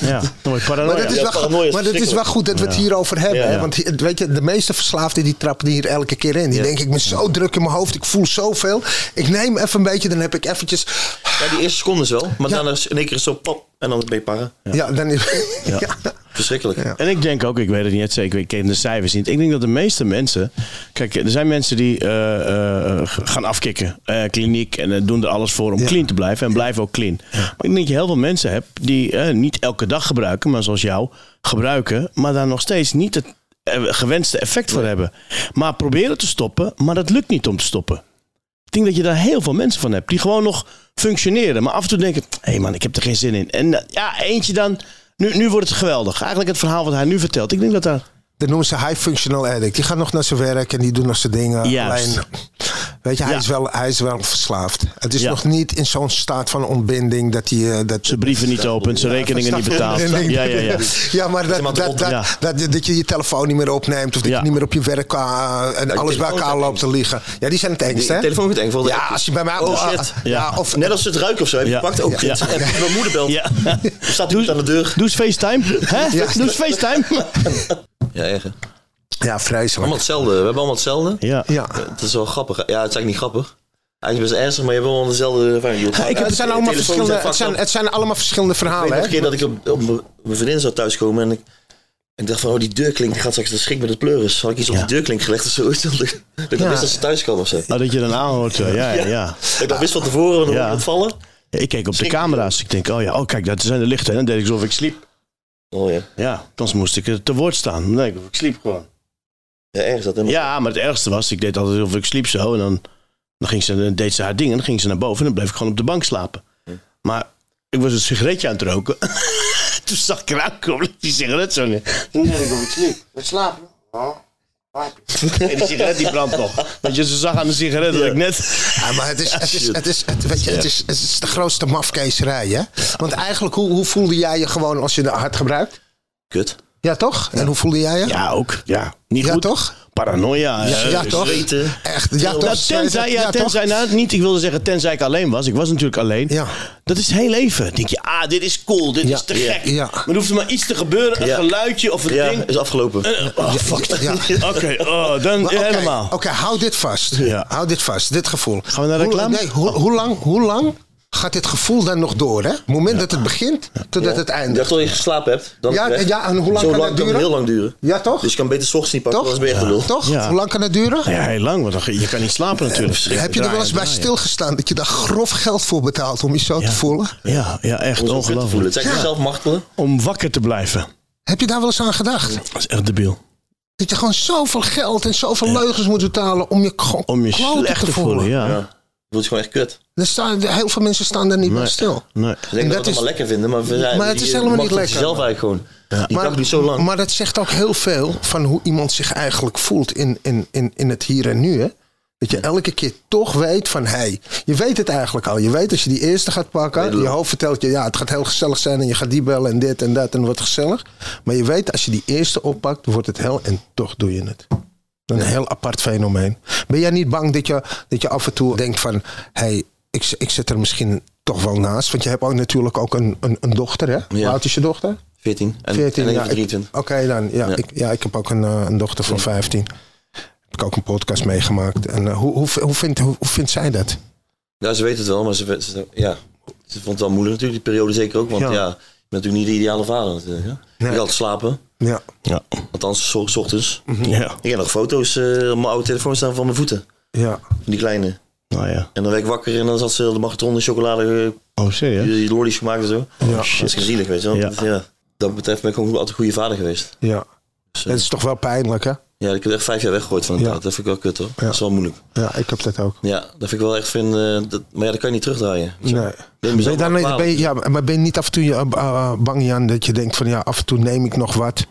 Speaker 3: Ja, dan word je paranoia.
Speaker 4: [LAUGHS] Maar, dat is,
Speaker 2: Ja,
Speaker 4: wel,
Speaker 2: paranoia
Speaker 4: goed-
Speaker 2: is
Speaker 4: maar dat is wel
Speaker 2: verschrikkelijk.
Speaker 4: goed dat we het
Speaker 3: Ja.
Speaker 4: hierover hebben.
Speaker 2: Ja.
Speaker 4: hè? Want hier- weet je, de meeste verslaafden die trappen hier elke keer in. Die
Speaker 2: Ja.
Speaker 4: denken, ik ben zo druk in mijn hoofd. Ik voel zoveel. Ik neem even een beetje, dan heb ik eventjes...
Speaker 2: [LAUGHS] Ja, die eerste seconde is wel, maar
Speaker 4: Ja.
Speaker 2: daarna is in één keer is het zo pop en dan ben je para.
Speaker 4: Ja, dan is... [LAUGHS] Ja.
Speaker 2: Verschrikkelijk. Ja.
Speaker 3: En ik denk ook, ik weet het niet zeker, ik ken de cijfers niet. Ik denk dat de meeste mensen. Kijk, er zijn mensen die eh, eh, g- gaan afkicken, eh, kliniek, en eh, doen er alles voor om
Speaker 4: Ja.
Speaker 3: clean te blijven en blijven ook clean. Maar ik denk dat je heel veel mensen hebt die eh, niet elke dag gebruiken, maar zoals jou gebruiken, maar daar nog steeds niet het eh, gewenste effect voor hebben. Maar proberen te stoppen, maar dat lukt niet om te stoppen. Ik denk dat je daar heel veel mensen van hebt. Die gewoon nog functioneren. Maar af en toe denken, hé man, ik heb er geen zin in. En eh, ja, eentje dan. Nu, nu wordt het geweldig. Eigenlijk het verhaal wat hij nu vertelt. Ik denk dat daar...
Speaker 4: Dat noemen ze high functional addict. Die gaat nog naar zijn werk en die doet nog zijn dingen.
Speaker 3: Juist.
Speaker 4: weet je, hij,
Speaker 3: Ja.
Speaker 4: is wel, hij is wel verslaafd. Het is
Speaker 3: Ja.
Speaker 4: nog niet in zo'n staat van ontbinding dat hij... eh, dat,
Speaker 3: Zijn brieven niet opent, zijn rekeningen niet betaald.
Speaker 4: Ontbinding.
Speaker 3: Ja, ja, ja.
Speaker 4: [LAUGHS] Ja, maar dat,
Speaker 2: maar
Speaker 4: dat,
Speaker 2: te
Speaker 4: dat,
Speaker 2: rotten.
Speaker 3: Ja.
Speaker 4: dat, dat je je telefoon niet meer opneemt. Of dat
Speaker 3: Ja.
Speaker 4: je niet meer op je werk kan. En alles bij
Speaker 2: telefoon
Speaker 4: elkaar
Speaker 2: zijn
Speaker 4: loopt te liggen. Ja, die zijn het engst, hè?
Speaker 2: telefoon wordt eng voor de
Speaker 4: Ja, als je bij mij...
Speaker 2: Oh,
Speaker 4: ah,
Speaker 2: shit.
Speaker 4: ah, ja,
Speaker 3: Ja.
Speaker 4: of...
Speaker 2: Net als ze het ruiken of zo, heb je
Speaker 3: Ja.
Speaker 2: pakt ook.
Speaker 3: Ja.
Speaker 2: En mijn moeder belt.
Speaker 3: ja. [LAUGHS]
Speaker 2: Er staat iemand aan de deur.
Speaker 3: Doe eens FaceTime. Hè?
Speaker 4: Ja.
Speaker 3: Doe eens FaceTime.
Speaker 2: Ja, erger.
Speaker 4: Ja, vreselijk.
Speaker 2: Allemaal hetzelfde. We hebben allemaal hetzelfde. Eh,
Speaker 3: Ja. Oh,
Speaker 4: Ja.
Speaker 2: Het is wel grappig. Ja, het is eigenlijk niet grappig. Hij is best ernstig, maar je hebt allemaal dezelfde ervaring. Je gaat
Speaker 4: Ik heb,
Speaker 2: uit,
Speaker 4: het, zijn
Speaker 2: je
Speaker 4: allemaal
Speaker 2: telefoon
Speaker 4: verschillende, het,
Speaker 2: vaak
Speaker 4: zijn, het zijn allemaal verschillende
Speaker 2: Ik
Speaker 4: verhalen,
Speaker 2: weet nog een
Speaker 4: hè?
Speaker 2: keer dat ik op, op mijn- mijn vriendin zou thuiskomen en ik, ik dacht van, oh die deurklink die gaat straks de schrik met het pleuris. Had ik iets op die deurklink gelegd of zo? [LAUGHS] Dat ik dat ik
Speaker 4: Ja.
Speaker 2: dan wist dat ze thuis kwam of zo.
Speaker 3: Oh, dat je dan aanhoort. eh, Ja, ja, ja.
Speaker 2: Ik dacht, wist van tevoren, want dan
Speaker 3: Ja.
Speaker 2: moet het vallen.
Speaker 3: Ik keek op de camera's. Ik denk, oh ja, oh kijk, dat zijn de lichten. En dan deed ik alsof ik sliep.
Speaker 2: Oh ja.
Speaker 3: Ja, dan moest ik er te woord staan. Nee, ik sliep gewoon.
Speaker 2: Ja, erg is dat helemaal.
Speaker 3: Ja, maar het ergste was, ik deed altijd alsof ik sliep zo. En dan, dan, ging ze, dan deed ze haar ding en dan ging ze naar boven. En dan bleef ik gewoon op de bank slapen. Maar ik was een sigaretje aan het roken. [LAUGHS] Toen zag ik eraan komen dat die sigaret zo neer. Toen deed ik of ik sliep. We slapen. En die sigaret die brandt nog. Want je ze zag aan de sigaret dat ik net...
Speaker 4: Ja, maar het is, het is, het is, het- weet je, het is, het is de grootste mafkeeserij, hè? Want eigenlijk, hoe, hoe voelde jij je gewoon als je het hard gebruikt?
Speaker 2: Kut.
Speaker 4: Ja, toch? En hoe voelde jij je?
Speaker 3: Ja, ook. Ja, niet
Speaker 4: Ja,
Speaker 3: goed.
Speaker 4: toch?
Speaker 3: Paranoia. eh,
Speaker 4: ja, toch?
Speaker 2: Zweten.
Speaker 4: Echt, ja, toch?
Speaker 3: Nou, tenzij, ja,
Speaker 4: Ja, toch?
Speaker 3: tenzij, nou, niet, ik wilde zeggen tenzij ik alleen was. Ik was natuurlijk alleen.
Speaker 4: Ja.
Speaker 3: Dat is heel even. Dan denk je, ah, dit is cool, dit
Speaker 4: Ja.
Speaker 3: is te
Speaker 4: Ja.
Speaker 3: gek.
Speaker 4: Ja.
Speaker 3: Maar er hoeft er maar iets te gebeuren, een
Speaker 2: Ja.
Speaker 3: geluidje of een
Speaker 2: Ja,
Speaker 3: ding.
Speaker 2: is afgelopen.
Speaker 3: Eh, oh, fuck.
Speaker 4: Ja.
Speaker 3: [LAUGHS] Oké, oh, dan
Speaker 4: Maar Oké,
Speaker 3: helemaal.
Speaker 4: Oké, hou dit vast.
Speaker 3: Ja.
Speaker 4: Hou dit vast, dit gevoel.
Speaker 3: Gaan we naar reclame? Oh.
Speaker 4: Hoe, nee, hoe, hoe lang, hoe lang gaat dit gevoel dan nog door? Hè? Het moment dat het begint, totdat het
Speaker 2: Ik dacht
Speaker 4: eindigt.
Speaker 2: dat je geslapen hebt. Dan
Speaker 4: Ja,
Speaker 2: weg.
Speaker 4: ja, en hoe lang
Speaker 2: Zo
Speaker 4: kan dat
Speaker 2: kan
Speaker 4: duren?
Speaker 2: het heel lang duren.
Speaker 4: Ja, toch?
Speaker 2: Dus je kan beter 's ochtends niet pakken,
Speaker 4: toch?
Speaker 2: anders ben je echt een lul.
Speaker 4: Toch?
Speaker 3: Ja.
Speaker 4: Hoe lang kan het duren?
Speaker 3: Ja, heel lang, want dan- je kan niet slapen natuurlijk.
Speaker 4: Eh, Heb je er wel eens bij
Speaker 3: Draaien,
Speaker 4: stilgestaan dat je daar grof geld voor betaalt om je zo te voelen?
Speaker 3: draaien. Ja, ja echt
Speaker 2: Om zo'n kut te voelen. Het
Speaker 3: ongelooflijk.
Speaker 2: is eigenlijk zelf martelen.
Speaker 3: Om wakker te blijven.
Speaker 4: Heb je daar wel eens aan gedacht?
Speaker 3: Dat is echt debiel.
Speaker 4: Dat je gewoon zoveel geld en zoveel leugens moet betalen om je gewoon
Speaker 3: Om je
Speaker 4: kloten
Speaker 3: slecht te voelen, ja.
Speaker 2: Ja. Dat is gewoon echt kut.
Speaker 4: Er staan, heel veel mensen staan daar niet bij
Speaker 3: Nee.
Speaker 4: stil.
Speaker 3: Nee.
Speaker 2: Ze denken
Speaker 4: En
Speaker 2: dat, we
Speaker 4: dat is-
Speaker 2: het allemaal lekker vinden, maar, we zijn,
Speaker 4: Maar het is helemaal
Speaker 2: je mag
Speaker 4: niet
Speaker 2: het
Speaker 4: lekker.
Speaker 2: zelf eigenlijk gewoon. Die dag duurt zo lang.
Speaker 4: maar dat zegt ook heel veel van hoe iemand zich eigenlijk voelt in, in, in, in het hier en nu. Hè? Dat je elke keer toch weet van, hé, hey, je weet het eigenlijk al. Je weet als je die eerste gaat pakken, je hoofd vertelt je, ja, het gaat heel gezellig zijn en je gaat die bellen en dit en dat en wat gezellig. Maar je weet, als je die eerste oppakt, wordt het hel en toch doe je het. Een heel apart fenomeen. Ben jij niet bang dat je, dat je af en toe denkt van... hey, ik, z- ik zit er misschien toch wel naast. Want je hebt ook natuurlijk ook een, een, een dochter, hè? Hoe
Speaker 2: Ja.
Speaker 4: oud is je dochter?
Speaker 2: 14 en,
Speaker 4: 14,
Speaker 2: en
Speaker 4: ja.
Speaker 2: even
Speaker 4: ik-
Speaker 2: 23.
Speaker 4: Oké dan, ja,
Speaker 2: Ja.
Speaker 4: Ik, ja. Ik heb ook een, eh, een dochter van 15. Heb ik ook een podcast meegemaakt. En eh, hoe, hoe, hoe, vindt, hoe, hoe vindt zij dat?
Speaker 2: Ja, ze weet het wel, maar ze, ze- ja, ze vond het wel moeilijk natuurlijk, die periode zeker ook. Want
Speaker 4: Ja.
Speaker 2: ja, je bent natuurlijk niet de ideale vader natuurlijk. Hè?
Speaker 4: Nee.
Speaker 2: Ik had slapen,
Speaker 4: Ja.
Speaker 3: Ja.
Speaker 2: althans s s ochtends.
Speaker 3: Hm. ja.
Speaker 2: Ik heb nog foto's eh, op mijn oude telefoon staan van mijn voeten,
Speaker 4: Ja.
Speaker 2: van die kleine.
Speaker 3: Nou ja.
Speaker 2: En dan werd ik wakker en dan zat ze de magnetron en chocolade,
Speaker 3: Oh, serieus?
Speaker 2: eh, die lollies gemaakt en zo.
Speaker 4: Ja.
Speaker 2: Dat is gezielig, weet je wel.
Speaker 3: Ja.
Speaker 2: Dat, ja. dat betreft ben ik gewoon altijd een goede vader geweest.
Speaker 4: ja.
Speaker 2: Dus, eh,
Speaker 4: Dat is toch wel pijnlijk, hè?
Speaker 2: ja, ik heb echt vijf jaar weggegooid van het
Speaker 4: Ja.
Speaker 2: Dat vind ik wel kut hoor. Dat is wel moeilijk.
Speaker 4: Ja, ik heb dat ook.
Speaker 2: Ja, dat vind ik wel echt vind, eh, dat, maar ja, dat kan je niet terugdraaien.
Speaker 4: Nee.
Speaker 2: Ben je
Speaker 4: Ben je
Speaker 2: zelf
Speaker 4: dan,
Speaker 2: bepalen.
Speaker 4: ben je- ja, maar ben je niet af en toe eh, eh, bang, Jan, dat je denkt van ja, af en toe neem ik nog wat.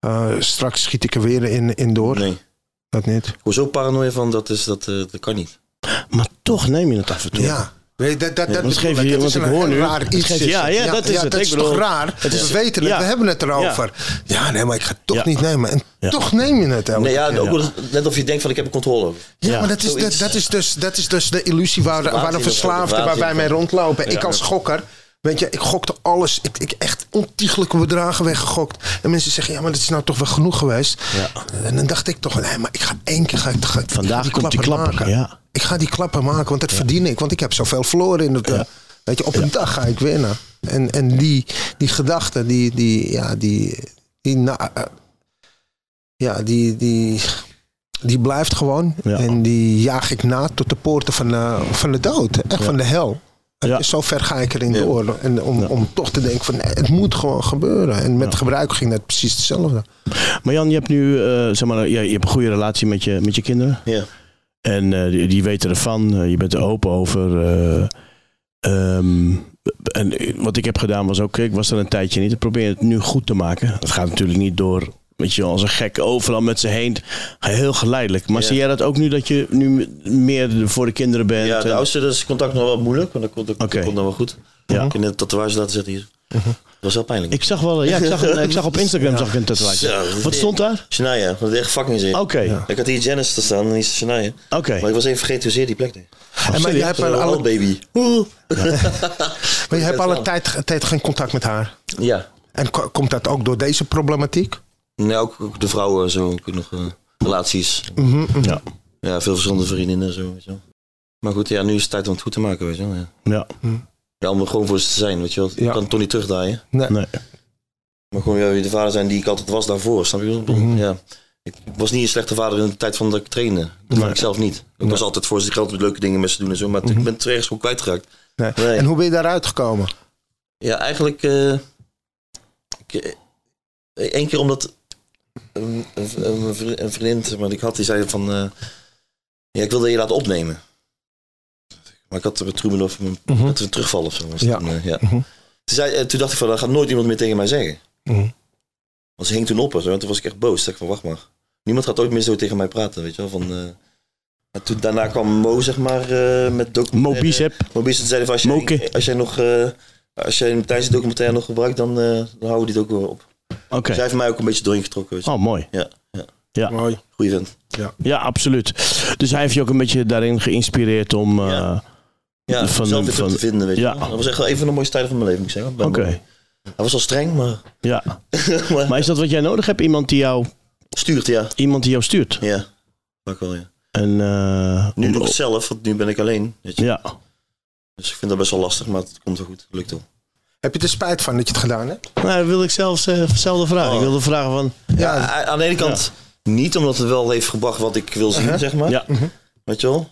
Speaker 4: Eh, straks schiet ik er weer in, in door.
Speaker 2: Nee.
Speaker 4: Dat niet.
Speaker 2: Ik word zo paranoia van, dat, is, dat, eh, dat kan niet.
Speaker 3: Maar toch neem je het af en toe.
Speaker 4: Ja. Weet je, dat, dat, dat,
Speaker 3: want
Speaker 4: bedoel
Speaker 3: geef je-
Speaker 4: dat
Speaker 3: want
Speaker 4: is
Speaker 3: ik
Speaker 4: een
Speaker 3: hoor
Speaker 4: heel
Speaker 3: nu-
Speaker 4: raar
Speaker 3: het
Speaker 4: iets.
Speaker 3: geeft-
Speaker 4: is
Speaker 3: ja,
Speaker 4: het.
Speaker 3: ja, dat is het.
Speaker 4: Dat
Speaker 3: Ik
Speaker 4: is
Speaker 3: bedoel,
Speaker 4: toch raar?
Speaker 3: het is-
Speaker 4: we weten het,
Speaker 3: ja.
Speaker 4: we hebben het erover. Ja, nee, maar ik ga het toch
Speaker 3: Ja.
Speaker 4: niet nemen. En
Speaker 3: Ja.
Speaker 4: toch neem je het elke
Speaker 2: Nee, ja,
Speaker 4: keer.
Speaker 2: ook wel eens- net of je denkt van, ik heb er controle over.
Speaker 4: Ja,
Speaker 3: Ja,
Speaker 4: maar dat is, dat,
Speaker 2: zoiets.
Speaker 4: dat, is dus, dat is dus de illusie waar,
Speaker 2: waanzin
Speaker 4: waar de
Speaker 2: of zo, de
Speaker 4: verslaafden waar
Speaker 2: waanzin
Speaker 4: wij mee
Speaker 2: van-
Speaker 4: rondlopen. Ik
Speaker 2: Ja.
Speaker 4: als gokker, weet je, ik gokte alles. Ik, ik echt ontiegelijke bedragen weggegokt. En mensen zeggen, ja, maar dat is nou toch wel genoeg geweest. En dan dacht ik toch, nee, maar ik ga één keer... Ga, ik- ga, ik
Speaker 3: Vandaag
Speaker 4: die
Speaker 3: komt die klapper,
Speaker 4: maken.
Speaker 3: ja.
Speaker 4: Ik ga die klapper maken, want dat verdien ik. Want ik heb zoveel verloren in het... eh, Weet je, op een dag ga ik winnen. En, en die, die gedachte, die... die, ja, die, die na, eh, ja, die, die, die blijft gewoon.
Speaker 3: Ja.
Speaker 4: En die jaag ik na tot de poorten van de, van de dood. Echt van de hel.
Speaker 3: Ja.
Speaker 4: En Zo ver ga ik erin door. En om, om toch te denken van nee, het moet gewoon gebeuren. En met gebruik ging dat precies hetzelfde.
Speaker 3: Maar Jan, je hebt nu eh, zeg maar, ja, je hebt een goede relatie met je, met je kinderen.
Speaker 2: Ja.
Speaker 3: En eh, die, die weten ervan. Eh, je bent er open over. eh, ehm, en eh, wat ik heb gedaan was ook, ik was er een tijdje niet. Ik probeer het nu goed te maken. Het gaat natuurlijk niet door, weet je wel, als een gek overal met ze heen. Heel geleidelijk. Maar
Speaker 2: Ja.
Speaker 3: zie jij dat ook nu dat je nu meer voor de kinderen bent?
Speaker 2: Ja, nou- de
Speaker 3: En-
Speaker 2: oudste dat is contact nog wel moeilijk, want dat komt, dat, dat
Speaker 3: Oké.
Speaker 2: komt dan wel goed.
Speaker 3: Ja.
Speaker 2: Ik heb net een tatoeage laten zetten hier. Dat was heel pijnlijk.
Speaker 3: Ik zag wel, ja, ik zag, ik zag op Instagram zag ik een
Speaker 2: Zo.
Speaker 3: tatoeage. Wat stond daar?
Speaker 2: Shania, want dat is echt fucking zin.
Speaker 3: Oké, oké.
Speaker 2: Ik had hier Janice te staan en die is Shania. Maar ik was even vergeten hoezeer die plek deed.
Speaker 4: En maar
Speaker 3: serieus?
Speaker 4: jij hebt,
Speaker 2: Zo'n
Speaker 4: al-
Speaker 2: old
Speaker 4: alle,
Speaker 2: baby.
Speaker 4: maar je hebt al een
Speaker 2: Ja.
Speaker 4: tijd, tijd geen contact met haar.
Speaker 2: Ja.
Speaker 4: En ko- komt dat ook door deze problematiek?
Speaker 2: Nee, ook, ook de vrouwen zo. Ook nog eh, relaties.
Speaker 4: Mhm,
Speaker 3: Ja.
Speaker 2: Ja, veel verschillende vriendinnen en zo. Weet je wel. Maar goed, ja, nu is het tijd om het goed te maken, weet je wel. Ja,
Speaker 3: Ja,
Speaker 2: ja om er gewoon voor ze te zijn, weet je wel. Ik
Speaker 4: Ja.
Speaker 2: kan het toch niet terugdraaien.
Speaker 3: nee.
Speaker 2: Maar gewoon ja, weer de vader zijn die ik altijd was daarvoor, snap je? wat ik bedoel?
Speaker 4: Mhm.
Speaker 2: Ja. Ik was niet een slechte vader in de tijd van dat ik trainde. Dat vond ik zelf niet. Ik was altijd voor ze, ik had altijd leuke dingen met ze doen en zo. Maar ik ben het ergens gewoon kwijtgeraakt.
Speaker 4: Mhm. Nee.
Speaker 2: Nee.
Speaker 4: En hoe ben je daaruit gekomen?
Speaker 2: Ja, eigenlijk. eh ik, Eén keer omdat een, een, een vri- een vriendin wat ik had, die zei van... eh, ja, ik wilde je laten opnemen. Maar ik had met Troemenhoff een, had een terugval of zo. was het
Speaker 4: Mhm. Ja.
Speaker 2: toen, eh, ja.
Speaker 4: Mhm.
Speaker 2: toen, zei, eh, toen dacht ik van, dat gaat nooit iemand meer tegen mij zeggen.
Speaker 4: Mhm.
Speaker 2: Want ze hing toen op en zo. En toen was ik echt boos. Toen dacht ik van, wacht maar. Niemand gaat ooit meer zo tegen mij praten, weet je wel. Van, eh, en toen, daarna kwam Mo, zeg maar, eh, met
Speaker 3: Mo
Speaker 2: documentaire.
Speaker 3: Bicep.
Speaker 2: Mobius zei hij van, als jij,
Speaker 3: Moke.
Speaker 2: als jij nog, eh, als jij hem tijdens de documentaire nog gebruikt, dan, eh, dan houden we dit ook weer op.
Speaker 3: Oké.
Speaker 2: Zij heeft mij ook een beetje doorheen getrokken. weet je.
Speaker 3: Oh, mooi.
Speaker 2: Ja, ja.
Speaker 3: Ja.
Speaker 4: Mooi.
Speaker 2: Goeie vent.
Speaker 3: Ja, absoluut. Dus hij heeft je ook een beetje daarin geïnspireerd om. eh,
Speaker 2: Ja. Ja,
Speaker 3: Van-
Speaker 2: van, zelf weer
Speaker 3: van-
Speaker 2: terug te vinden, weet je.
Speaker 3: ja.
Speaker 2: wel. Dat was echt wel een van de mooiste tijden van mijn leven, moet ik zeggen. bij
Speaker 3: Oké.
Speaker 2: Mobius. Hij was al streng, maar,
Speaker 3: Ja.
Speaker 2: maar
Speaker 3: Maar is dat wat jij nodig hebt? Iemand die jou,
Speaker 2: stuurt, ja.
Speaker 3: iemand die jou stuurt.
Speaker 2: Ja, vaak wel, ja.
Speaker 3: En, eh,
Speaker 2: Nu
Speaker 3: om-
Speaker 2: doe ik het zelf, want nu ben ik alleen, weet je.
Speaker 3: Ja.
Speaker 2: Dus ik vind dat best wel lastig, maar het komt wel goed. Het lukt wel.
Speaker 4: Heb je er spijt van dat je het gedaan hebt?
Speaker 3: Nou, dat wilde ik zelfs eh, dezelfde vraag.
Speaker 2: Oh.
Speaker 3: Ik wilde vragen van.
Speaker 4: Ja.
Speaker 2: Ja, aan de ene kant niet, omdat het wel heeft gebracht wat ik wil zien, zeg maar.
Speaker 3: Ja.
Speaker 2: Weet je wel?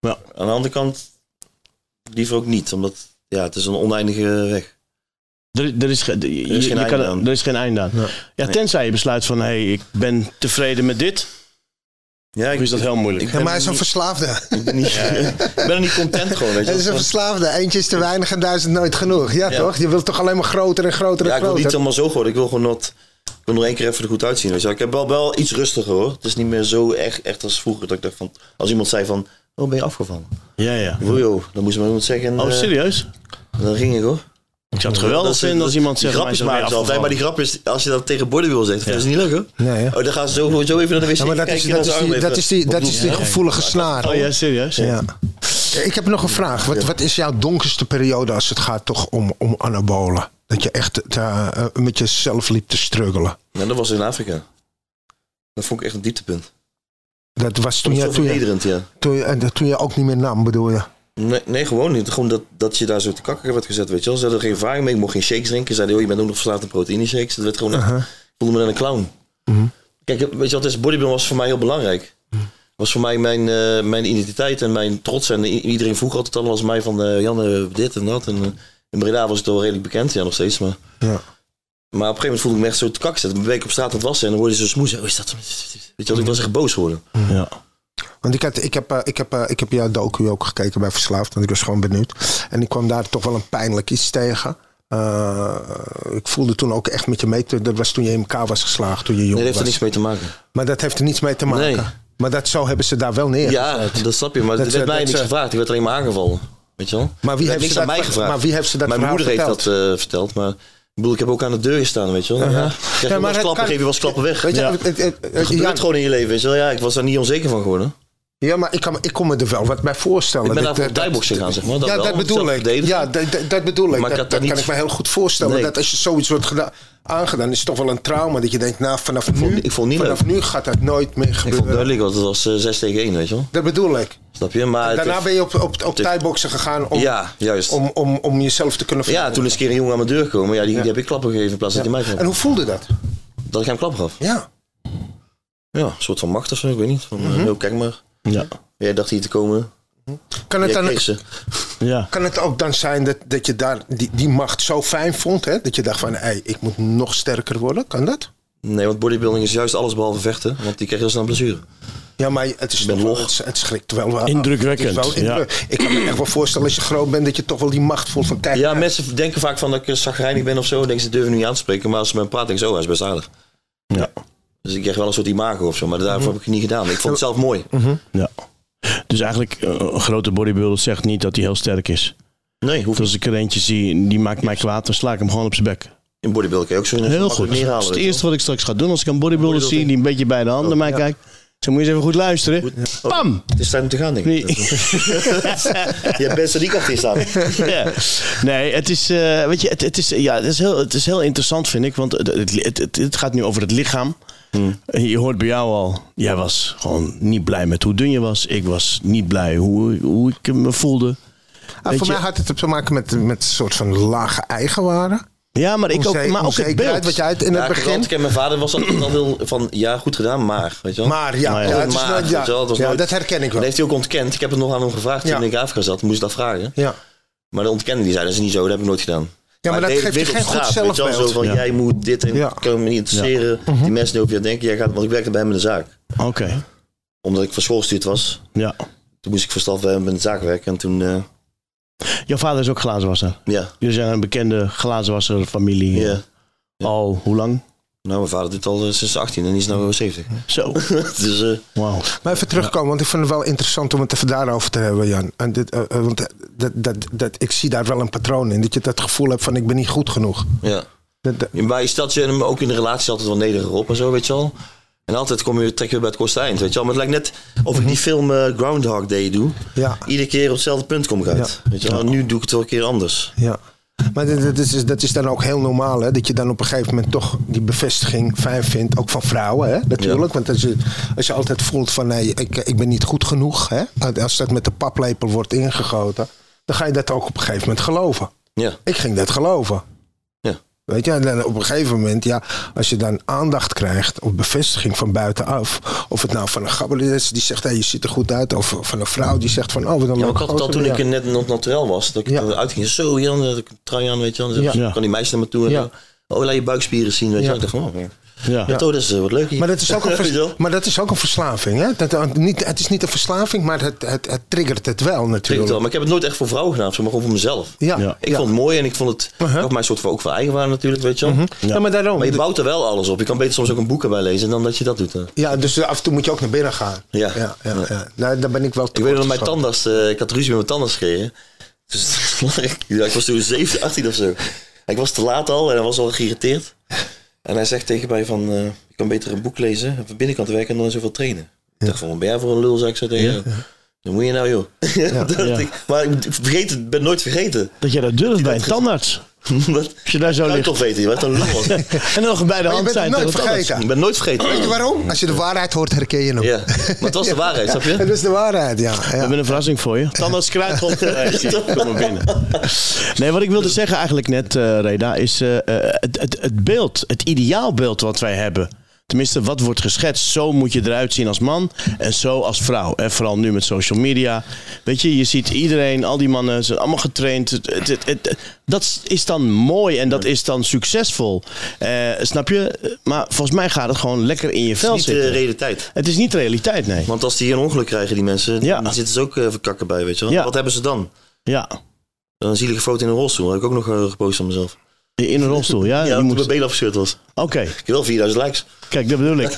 Speaker 3: Ja.
Speaker 2: Aan de andere kant liever ook niet, omdat ja, het is een oneindige weg.
Speaker 3: Er, er, is, ge- je-
Speaker 2: is geen
Speaker 3: je kan,
Speaker 2: einde aan.
Speaker 3: er is geen einde aan. Ja, tenzij je besluit van: hé, hey, ik ben tevreden met dit.
Speaker 2: Ja,
Speaker 3: Of is [LAUGHS] dat heel moeilijk?
Speaker 2: Ik
Speaker 4: Ja,
Speaker 2: ben,
Speaker 4: maar hij is een
Speaker 2: niet,
Speaker 4: verslaafde.
Speaker 2: ik ben, niet, [LAUGHS] ik ben er niet content gewoon, weet je
Speaker 4: [LAUGHS]
Speaker 2: wel.
Speaker 4: Het is een
Speaker 2: Gewoon-
Speaker 4: verslaafde. Eentje is te weinig en duizend nooit genoeg. Ja, toch? Je wilt toch alleen maar groter en groter en
Speaker 2: Ja, ik wil
Speaker 4: groter?
Speaker 2: niet helemaal zo worden. Ik wil gewoon dat... Ik wil nog één keer even er goed uitzien. Weet je wel. Ik heb wel, wel iets rustiger hoor. Het is niet meer zo echt, echt als vroeger. Dat ik dacht van, als iemand zei van, oh ben je afgevallen?
Speaker 3: Ja, ja.
Speaker 2: Wojo, dan moest maar iemand zeggen. en,
Speaker 3: Oh,
Speaker 2: eh,
Speaker 3: serieus?
Speaker 2: dan ging ik hoor.
Speaker 3: Ik zou het geweldig
Speaker 2: Dat is-
Speaker 3: vinden als
Speaker 2: dat-
Speaker 3: iemand
Speaker 2: die
Speaker 3: zegt: maar
Speaker 2: grapjes
Speaker 3: zo ben je
Speaker 2: maken ze altijd, maar die
Speaker 3: afgevallen.
Speaker 2: grap is, als je dat tegen borden wil zeggen, dat is niet leuk hoor.
Speaker 4: Nee, hè?
Speaker 2: Oh, dan gaan ze zo, zo even naar de wc
Speaker 4: Ja, maar dat
Speaker 2: kijken en
Speaker 4: is,
Speaker 2: dan
Speaker 4: dat is,
Speaker 2: zijn
Speaker 4: die,
Speaker 2: arm
Speaker 4: dat
Speaker 2: even
Speaker 4: is, die, dat is die
Speaker 2: opdoen.
Speaker 4: gevoelige snaar.
Speaker 3: Oh ja, serieus?
Speaker 4: Ja. Ik heb nog een vraag. Wat, wat is jouw donkerste periode als het gaat toch om, om anabolen? Dat je echt eh, eh, met jezelf liep te struggelen.
Speaker 2: Ja, dat was in Afrika. Dat vond ik echt een dieptepunt.
Speaker 4: Dat was toen
Speaker 2: Toen
Speaker 4: je,
Speaker 2: zo
Speaker 4: toen, je,
Speaker 2: vernederend, ja.
Speaker 4: toen, je, en dat toen je ook niet meer nam, bedoel je?
Speaker 2: Nee, nee, gewoon niet. Gewoon dat, dat je daar zo te kakken werd gezet, weet je wel. Ze hadden geen ervaring mee. Ik mocht geen shakes drinken. Ze zeiden, oh, je bent ook nog verslaafd aan proteïne shakes. Dat werd gewoon... Ik voelde me dan een clown. Kijk, weet je wat, is? bodybuilding was voor mij heel belangrijk. was voor mij mijn, eh, mijn identiteit en mijn trots. En i- iedereen vroeg altijd al als mij van... eh, Jan, eh, dit en dat. En, eh, in Breda was het wel redelijk bekend, ja, nog steeds. Maar,
Speaker 4: Ja.
Speaker 2: maar op een gegeven moment voelde ik me echt zo te kakken zetten. Dan ben ik op straat aan het wassen en dan hoorde ze zo smoes. Oh, is dat... Weet je wat, ik was echt boos geworden.
Speaker 3: Ja.
Speaker 4: Want ik, had, ik, heb, eh, ik, heb, eh, ik heb jouw docu ook gekeken bij Verslaafd, want ik was gewoon benieuwd. En ik kwam daar toch wel een pijnlijk iets tegen. Eh, ik voelde toen ook echt met je mee. te- Dat was toen je in elkaar was geslaagd, toen je jong
Speaker 2: Nee, dat heeft
Speaker 4: was.
Speaker 2: er niks mee te maken.
Speaker 4: Maar dat heeft er niets mee te maken.
Speaker 2: Nee.
Speaker 4: Maar dat, zo hebben ze daar wel neer.
Speaker 2: Ja, dat snap je. Maar
Speaker 4: Dat
Speaker 2: er werd
Speaker 4: ze-
Speaker 2: mij
Speaker 4: dat
Speaker 2: niks
Speaker 4: ze-
Speaker 2: gevraagd. Ik werd alleen maar aangevallen. Weet je wel? Er
Speaker 4: Maar wie
Speaker 2: werd
Speaker 4: heeft ze
Speaker 2: niks
Speaker 4: dat
Speaker 2: aan mij
Speaker 4: ver-
Speaker 2: gevraagd?
Speaker 4: maar wie heeft ze dat
Speaker 2: Mijn
Speaker 4: verhaal
Speaker 2: moeder heeft dat eh, verteld. Maar ik bedoel, ik heb ook aan de deur gestaan, weet je wel. Ja, krijg je
Speaker 4: maar
Speaker 2: wel eens
Speaker 4: het
Speaker 2: klappen,
Speaker 4: kan-
Speaker 2: geef je wel eens klappen weg.
Speaker 4: Weet je,
Speaker 3: Ja.
Speaker 4: het, het, het- het-
Speaker 2: Dat gebeurt
Speaker 4: ja,
Speaker 2: gewoon in je leven, weet je wel. Ja, ik was daar niet onzeker van geworden.
Speaker 4: ja, maar ik, kan, ik kon me er wel wat bij voorstellen.
Speaker 2: Ik ben
Speaker 4: Dat-
Speaker 2: daarvoor op
Speaker 4: dat-
Speaker 2: thaiboxen gaan, zeg maar. Dat
Speaker 4: ja,
Speaker 2: wel,
Speaker 4: dat
Speaker 2: om
Speaker 4: bedoel
Speaker 2: mezelf te
Speaker 4: ik.
Speaker 2: verdedigen.
Speaker 4: Ja, dat, dat, dat bedoel ik.
Speaker 2: Maar ik had
Speaker 4: dat dat
Speaker 2: daar
Speaker 4: kan
Speaker 2: niet-
Speaker 4: ik me heel goed voorstellen.
Speaker 2: Nee.
Speaker 4: Dat als je zoiets wordt geda- aangedaan, is het toch wel een trauma. Dat je denkt, nou, vanaf,
Speaker 2: vond-
Speaker 4: nu,
Speaker 2: ik vond het niet
Speaker 4: vanaf nu gaat dat nooit meer
Speaker 2: Ik vond het
Speaker 4: gebeuren.
Speaker 2: duidelijk, want het was eh, 6 tegen 1, weet je wel.
Speaker 4: Dat bedoel ik.
Speaker 2: Snap je? Maar het-
Speaker 4: Daarna ben je op, op, op
Speaker 2: het-
Speaker 4: thai-boksen gegaan om,
Speaker 2: Ja, juist.
Speaker 4: om, om, om jezelf te kunnen
Speaker 2: Ja, toen is een keer een jongen aan mijn deur gekomen. Ja, die, die heb ik klappen gegeven in plaats dat hij mij
Speaker 4: En
Speaker 2: klap.
Speaker 4: hoe voelde dat?
Speaker 2: Dat ik hem klap gaf.
Speaker 4: Ja.
Speaker 2: Ja, een soort van macht of zo, ik weet niet. Van, eh,
Speaker 4: Mhm.
Speaker 2: yo, kijk maar.
Speaker 3: Ja.
Speaker 2: Jij dacht hier te komen.
Speaker 4: Kan het
Speaker 2: Jij
Speaker 4: dan
Speaker 2: kreeg ze.
Speaker 3: ja.
Speaker 4: Kan het ook dan zijn dat, dat je daar die, die macht zo fijn vond? Hè? Dat je dacht van, hey, ik moet nog sterker worden. Kan dat?
Speaker 2: Nee, want bodybuilding is juist alles behalve vechten. Want die krijg heel snel blessure.
Speaker 4: Ja, maar het, is
Speaker 2: ben
Speaker 4: toch wel-
Speaker 2: log.
Speaker 4: het, het schrikt wel wel.
Speaker 3: Indrukwekkend,
Speaker 4: Het is wel indruk- Ik kan me echt wel voorstellen als je groot bent dat je toch wel die macht voelt van kijk.
Speaker 2: Ja,
Speaker 4: nou,
Speaker 2: mensen denken vaak van dat ik zagrijnig ben of zo. Denken ze durven niet aan te spreken. Maar als ze met me praten, denk ik zo, hij is best aardig.
Speaker 3: Ja.
Speaker 2: Dus ik krijg wel een soort imago of zo. Maar
Speaker 4: Mhm.
Speaker 2: daarvoor heb ik het niet gedaan. Ik vond het zelf mooi.
Speaker 3: ja. Dus eigenlijk, eh, een grote bodybuilder zegt niet dat hij heel sterk is.
Speaker 2: Nee, hoeft
Speaker 3: Of als ik er eentje zie, die maakt mij kwaad, dan sla ik hem gewoon op zijn bek.
Speaker 2: In bodybuilding kan je ook zo
Speaker 3: Heel
Speaker 2: makkelijk
Speaker 3: goed. Dat
Speaker 2: neerhalen.
Speaker 3: is
Speaker 4: Dus
Speaker 3: het
Speaker 2: weet je Oh,
Speaker 3: eerste wat ik straks ga doen. Als ik een bodybuilder zie die een beetje bij de hand naar mij kijkt. Zo moet je eens even goed luisteren.
Speaker 2: wel. Oh,
Speaker 3: Pam!
Speaker 2: Het is tijd om te gaan, denk ik.
Speaker 3: Nee.
Speaker 2: [LAUGHS] Je hebt best er niet achter
Speaker 4: [LAUGHS]
Speaker 2: staan.
Speaker 3: [LAUGHS] Ja. Nee, het is, eh, weet je, het, het, is, ja, het, is heel, het is heel interessant, vind ik. Want het, het, het, het- het gaat nu over het lichaam.
Speaker 2: Hmm.
Speaker 3: En Je hoort bij jou al, jij was gewoon niet blij met hoe dun je was. Ik was niet blij hoe, hoe ik me voelde.
Speaker 4: ah,
Speaker 3: weet
Speaker 4: voor
Speaker 3: je-
Speaker 4: mij had het te maken met, met een soort van lage eigenwaarde.
Speaker 3: Ja, maar, ik ook,
Speaker 4: Onzek-
Speaker 3: maar ook het
Speaker 4: onzekerheid,
Speaker 3: beeld.
Speaker 4: Wat jij uit in
Speaker 2: Ja,
Speaker 4: het
Speaker 2: ik was
Speaker 4: begin.
Speaker 2: altijd- kijk, mijn vader was altijd al heel van, ja, goed gedaan, maar, weet je wel.
Speaker 4: Maar ja,
Speaker 3: Nou ja.
Speaker 4: ja, het is
Speaker 2: Maar,
Speaker 4: nooit-
Speaker 2: weet
Speaker 4: ja,
Speaker 2: je wel, het was
Speaker 4: ja,
Speaker 2: nooit-
Speaker 4: dat herken ik
Speaker 2: Dat
Speaker 4: wel.
Speaker 2: heeft hij ook ontkend. Ik heb het nog aan hem gevraagd toen
Speaker 4: Ja.
Speaker 2: ik in Afrika zat. Moest ik dat vragen.
Speaker 4: Ja.
Speaker 2: Maar de ontkende die zei, dat is niet zo, dat heb ik nooit gedaan.
Speaker 4: Ja, maar dat
Speaker 2: deed
Speaker 4: geeft
Speaker 2: het
Speaker 4: je
Speaker 2: weer
Speaker 4: geen
Speaker 2: op
Speaker 4: goed
Speaker 2: straat, weet je wel,
Speaker 4: zelfbeeld.
Speaker 2: Zo van, jij moet dit en
Speaker 4: Ja. Mhm.
Speaker 2: ik kan me niet interesseren. Die mensen die over je denken, jij gaat, want ik werkte bij hem in de zaak.
Speaker 3: Oké,
Speaker 2: Omdat ik van school gestuurd was,
Speaker 3: ja.
Speaker 2: toen moest ik voor staf bij hem in de zaak werken. En toen, eh,
Speaker 3: Jouw vader is ook glazenwasser.
Speaker 2: ja,
Speaker 3: Jullie zijn een bekende glazenwasserfamilie.
Speaker 2: ja.
Speaker 3: familie. Al hoe lang?
Speaker 2: Nou, mijn vader doet het al eh, sinds 18 en die is nu 70.
Speaker 3: Zo,
Speaker 2: [LAUGHS] dus eh,
Speaker 3: wauw.
Speaker 4: Maar even terugkomen, want ik vind het wel interessant om het even daarover te hebben, Jan. En dit, eh, eh, want dat, dat, dat, ik zie daar wel een patroon in. Dat je dat gevoel hebt van ik ben niet goed genoeg.
Speaker 2: ja.
Speaker 4: Dat, dat-
Speaker 2: Maar je stelt je hem ook in de relatie altijd wel nederig op en zo, weet je wel. En altijd kom je, trek je weer bij het kortste eind, weet je wel. Maar het lijkt net of ik die film eh, Groundhog Day doe.
Speaker 4: Mhm. ja,
Speaker 2: Iedere keer op hetzelfde punt kom ik uit. Weet je wel. En Nu doe ik het wel een keer anders.
Speaker 4: ja. Maar dat, dat is, dat is dan ook heel normaal, hè? Dat je dan op een gegeven moment toch die bevestiging fijn vindt. Ook van vrouwen, hè? Natuurlijk.
Speaker 2: Ja.
Speaker 4: Want als je, als je altijd voelt van nee, ik, ik ben niet goed genoeg, hè? Als dat met de paplepel wordt ingegoten, dan ga je dat ook op een gegeven moment geloven.
Speaker 2: Ja,
Speaker 4: Ik ging dat geloven.
Speaker 2: ja.
Speaker 4: Weet je, en dan op een gegeven moment, ja, als je dan aandacht krijgt of bevestiging van buitenaf, of het nou van een gabbelis is die zegt, hé, je ziet er goed uit, of van een vrouw die zegt van, oh, wat een
Speaker 2: Ja, maar
Speaker 4: leuke
Speaker 2: ik had het al
Speaker 4: gozer
Speaker 2: toen
Speaker 4: ben
Speaker 2: ik
Speaker 4: jij.
Speaker 2: net nog naturel was. Dat ik
Speaker 4: Ja.
Speaker 2: eruit ging. Zo, Jan, dat ik een trui aan, weet je wel. Dan
Speaker 3: Ja.
Speaker 2: kan die meisje naar me toe. En
Speaker 4: Ja.
Speaker 2: zo. Oh, laat je buikspieren zien, weet je
Speaker 4: Ja.
Speaker 2: wel. Ik dacht van, oh, ja.
Speaker 3: Ja.
Speaker 2: Ja, toch, dat is eh, wat leuk hier.
Speaker 4: Maar
Speaker 2: [LAUGHS]
Speaker 4: dat, is ook een
Speaker 2: Weet je
Speaker 4: vers-
Speaker 2: wel?
Speaker 4: maar dat is ook een verslaving, hè? Dat, eh, niet, het is niet een verslaving, maar het, het, het triggert het wel
Speaker 2: Ik weet het
Speaker 4: natuurlijk.
Speaker 2: wel, Maar ik heb het nooit echt voor vrouwen gedaan, of zo, maar gewoon voor mezelf.
Speaker 4: Ja,
Speaker 3: Ja.
Speaker 4: ja.
Speaker 2: Ik vond het mooi en ik vond het
Speaker 4: Uh-huh.
Speaker 2: ook mijn soort van ook van eigenwaarde natuurlijk, weet je wel.
Speaker 4: Ja. maar daarom.
Speaker 2: Maar je bouwt er wel alles op. Je kan beter soms ook een boek erbij lezen dan dat je dat doet. hè.
Speaker 4: Ja, dus af en toe moet je ook naar binnen gaan.
Speaker 2: Ja.
Speaker 4: ja, ja, ja. Nou, daar ben ik wel
Speaker 2: Ik weet dat mijn
Speaker 4: tekort
Speaker 2: tandarts, eh, ik had ruzie met mijn tandarts gekregen. Dus [LAUGHS] ja, ik was toen 17, 18 of zo. Ik was te laat al en hij was al geïrriteerd. En hij zegt tegen mij van, eh ik kan beter een boek lezen, van binnenkant werken en dan zoveel trainen. Ik dacht van, wat ben jij voor een lul, zei ik zo tegen jou. Dan moet je nou joh. [LAUGHS] Dat dacht
Speaker 3: Ja.
Speaker 2: ik. maar ik vergeet het, ben nooit vergeten. [LAUGHS]
Speaker 3: Dat jij dat durft bij een tandarts.
Speaker 2: Wat?
Speaker 3: Als je daar zo
Speaker 2: Kan je
Speaker 3: ligt.
Speaker 2: toch weten, wat een lul was.
Speaker 3: [LAUGHS] En nog bij de
Speaker 4: Maar je
Speaker 3: hand
Speaker 4: bent
Speaker 3: zijn.
Speaker 4: het
Speaker 3: tegen
Speaker 4: nooit
Speaker 3: de tandarts.
Speaker 4: vergeten.
Speaker 2: Ik ben nooit vergeten.
Speaker 4: van. Weet je waarom? Als je de waarheid hoort, herken je hem.
Speaker 2: Ja, maar het was de waarheid, snap [LAUGHS]
Speaker 4: [LAUGHS] Dat
Speaker 2: je?
Speaker 4: is de waarheid, ja.
Speaker 3: We
Speaker 4: ja.
Speaker 3: hebben een verrassing voor je. Tandarts kruidgrond. Kom maar binnen. Nee, wat ik wilde zeggen eigenlijk net, eh, Reda, is eh, eh, het, het, het beeld, het ideaalbeeld wat wij hebben. Tenminste, wat wordt geschetst? Zo moet je eruit zien als man en zo als vrouw. En vooral nu met social media. Weet je, je ziet iedereen, al die mannen, ze zijn allemaal getraind. Het- het- het- het- dat is dan mooi en dat is dan succesvol. Eh, snap je? Maar volgens mij gaat het gewoon lekker in je
Speaker 2: Het
Speaker 3: vel
Speaker 2: is niet de
Speaker 3: zitten.
Speaker 2: realiteit.
Speaker 3: het is niet realiteit, nee.
Speaker 2: Want als die hier een ongeluk krijgen, die mensen,
Speaker 3: Ja.
Speaker 2: dan zitten ze ook eh, verkakken bij, weet je wel.
Speaker 3: Ja.
Speaker 2: Wat hebben ze dan?
Speaker 3: Ja.
Speaker 2: Dan Een zielige foto in een rolstoel. Heb ik ook nog eh, gepost van mezelf.
Speaker 3: In een rolstoel, ja?
Speaker 2: Ja,
Speaker 3: Die
Speaker 2: dat
Speaker 3: moest-
Speaker 2: mijn been afgescheurd was.
Speaker 3: Oké,
Speaker 2: Ik heb wel 4000 likes.
Speaker 3: kijk, dat
Speaker 2: [LAUGHS]
Speaker 3: bedoel ik.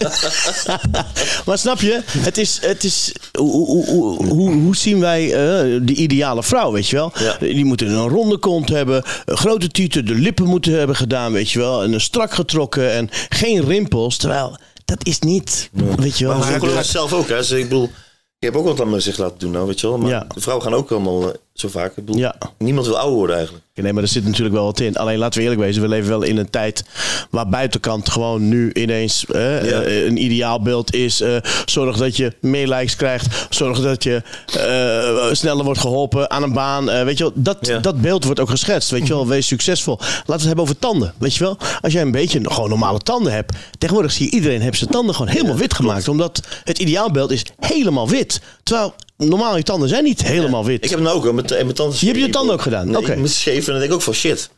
Speaker 3: maar snap je, het is, het is hoe, hoe, hoe, hoe- hoe zien wij eh, de ideale vrouw, weet je wel?
Speaker 2: Ja.
Speaker 3: Die moet een ronde kont hebben, een grote tieten, de lippen moeten hebben gedaan, weet je wel? En een strak getrokken en geen rimpels, terwijl dat is niet, weet je wel?
Speaker 2: Maar
Speaker 3: zo-
Speaker 2: ik zelf ook, hè. Dus ik bedoel, je hebt ook wat aan zich laten doen, nou, weet je wel. Maar
Speaker 3: Ja.
Speaker 2: de vrouwen gaan ook allemaal eh, zo vaak. Ik bedoel,
Speaker 3: Ja.
Speaker 2: niemand wil ouder worden eigenlijk.
Speaker 3: Nee, maar er zit natuurlijk wel wat in. Alleen laten we eerlijk wezen, we leven wel in een tijd waar buitenkant gewoon nu ineens eh,
Speaker 2: Ja.
Speaker 3: eh, een ideaalbeeld is. eh, zorg dat je meer likes krijgt. Zorg dat je eh, sneller wordt geholpen aan een baan. eh, weet je wel, dat,
Speaker 2: Ja.
Speaker 3: dat beeld wordt ook geschetst. Weet je wel, wees succesvol. Laten we het hebben over tanden. Weet je wel, als jij een beetje gewoon normale tanden hebt. Tegenwoordig zie je iedereen heeft zijn tanden gewoon helemaal wit gemaakt. Omdat het ideaalbeeld is helemaal wit. Terwijl normaal je tanden zijn niet helemaal wit.
Speaker 2: Ik heb hem nou ook hoor, met, en mijn tanden.
Speaker 3: Je hebt je tanden ook gedaan?
Speaker 2: Nee,
Speaker 3: Oké.
Speaker 2: Met scheef en dan denk ik ook van shit.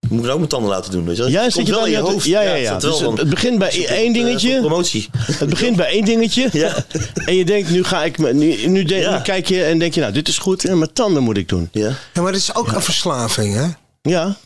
Speaker 2: Moet ik nou ook mijn tanden laten doen? Weet je? wel?
Speaker 3: Ja,
Speaker 2: Het
Speaker 3: zit je
Speaker 2: komt
Speaker 3: dan
Speaker 2: wel
Speaker 3: in je hoofd? Ja, ja, ja.
Speaker 2: Het, staat wel
Speaker 3: Dus het-
Speaker 2: van-
Speaker 3: het begint bij
Speaker 2: is een
Speaker 3: één
Speaker 2: soort, eh,
Speaker 3: dingetje.
Speaker 2: soort promotie.
Speaker 3: Het begint bij één dingetje.
Speaker 2: Ja.
Speaker 3: En je denkt, nu ga ik. me- Nu, nu, de-
Speaker 2: Ja.
Speaker 3: nu kijk je en denk je, nou, dit is goed. En mijn tanden moet ik doen.
Speaker 2: Ja.
Speaker 4: Ja, maar het is ook een verslaving, hè?
Speaker 3: Ja.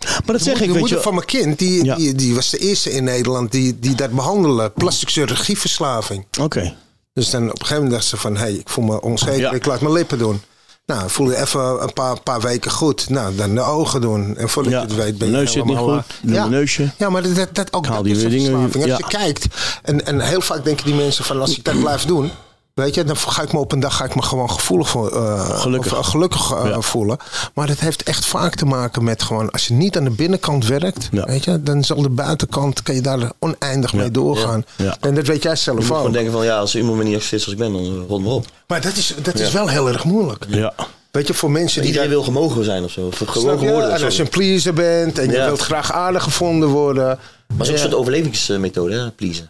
Speaker 3: Maar dat zeg
Speaker 4: de
Speaker 3: ik,
Speaker 4: moeder
Speaker 3: weet je.
Speaker 4: van mijn kind, die,
Speaker 3: Ja.
Speaker 4: die, die was de eerste in Nederland die, die dat behandelde. Plastic chirurgieverslaving.
Speaker 3: Oké.
Speaker 4: Dus dan op een gegeven moment dacht ze van, hé, hey, ik voel me onzeker,
Speaker 3: Ja.
Speaker 4: ik laat mijn lippen doen. Nou, voel je even een paar, paar weken goed. Nou, dan de ogen doen. En voordat
Speaker 3: Ja,
Speaker 4: je het weet ben
Speaker 3: mijn
Speaker 4: je
Speaker 3: neus zit niet
Speaker 4: helemaal,
Speaker 3: goed.
Speaker 4: eh,
Speaker 3: Doe mijn neusje.
Speaker 4: Ja, maar dat, dat ook
Speaker 3: haal
Speaker 4: dat
Speaker 3: die
Speaker 4: is een
Speaker 3: dingen-
Speaker 4: verslaving. Als
Speaker 3: ja.
Speaker 4: je kijkt, en, en heel vaak denken die mensen van, als
Speaker 3: [CLEARS THROAT]
Speaker 4: ik dat blijf doen... Weet je, dan ga ik me op een dag ga ik me gewoon gevoelig voor, eh,
Speaker 3: Gelukkig.
Speaker 4: of, eh, gelukkig eh,
Speaker 3: Ja.
Speaker 4: voelen. Maar dat heeft echt vaak te maken met gewoon, als je niet aan de binnenkant werkt,
Speaker 3: Ja.
Speaker 4: weet je, dan zal de buitenkant, kan je daar oneindig mee doorgaan.
Speaker 3: Ja.
Speaker 4: En dat weet jij
Speaker 2: Je
Speaker 4: zelf
Speaker 2: moet
Speaker 4: ook.
Speaker 2: gewoon denken van ja, als iemand me niet accepteert zoals ik ben, dan rond me op.
Speaker 4: Maar dat is, dat is wel heel erg moeilijk.
Speaker 3: Ja.
Speaker 4: Weet je, voor mensen die...
Speaker 2: Iedereen wil gemogen zijn of zo. Of gewoon
Speaker 4: Snap je?
Speaker 2: geworden.
Speaker 4: En
Speaker 2: of
Speaker 4: als
Speaker 2: zo.
Speaker 4: je een pleaser bent en je
Speaker 2: Ja.
Speaker 4: wilt graag aardig gevonden worden.
Speaker 2: Maar het is ook
Speaker 4: Ja.
Speaker 2: een soort overlevingsmethode, hè, pleasen.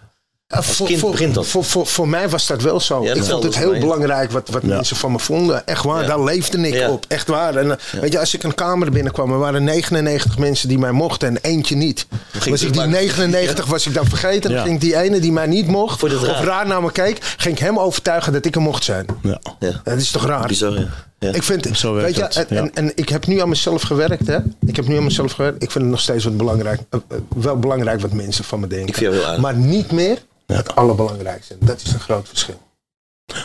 Speaker 4: Eh, voor,
Speaker 2: kind
Speaker 4: voor,
Speaker 2: begint dat.
Speaker 4: Voor, voor, voor mij was dat wel zo.
Speaker 2: Ja,
Speaker 4: ik vond
Speaker 2: hetzelfde
Speaker 4: het
Speaker 2: voor
Speaker 4: heel
Speaker 2: mij.
Speaker 4: belangrijk wat, wat
Speaker 3: Ja.
Speaker 4: mensen van me vonden. Echt waar,
Speaker 2: Ja.
Speaker 4: daar leefde ik
Speaker 2: Ja.
Speaker 4: op. Echt waar. En, eh, Weet je, als ik een kamer binnenkwam, er waren 99 mensen die mij mochten en eentje niet. Was ik die
Speaker 2: terugmaken.
Speaker 4: 99 was ik dan vergeten. Dan
Speaker 3: Ja.
Speaker 4: ging ik die ene die mij niet mocht,
Speaker 2: Vond je
Speaker 4: of
Speaker 2: dat raar?
Speaker 4: raar naar me keek, ging ik hem overtuigen dat ik er mocht zijn.
Speaker 3: Ja.
Speaker 2: Ja.
Speaker 4: Dat is toch raar?
Speaker 2: Bizar, ja. ja.
Speaker 4: Eh, Ik vind,
Speaker 3: Zo werkt
Speaker 4: weet je,
Speaker 3: dat,
Speaker 4: en,
Speaker 3: ja.
Speaker 4: en, en ik heb nu aan mezelf gewerkt, hè? Ik heb nu aan mezelf gewerkt. Ik vind het nog steeds wat belangrijk, eh, eh, wel belangrijk wat mensen van me denken.
Speaker 2: Ik vind jou heel aardig.
Speaker 4: Maar niet meer het allerbelangrijkste. Dat is een groot verschil.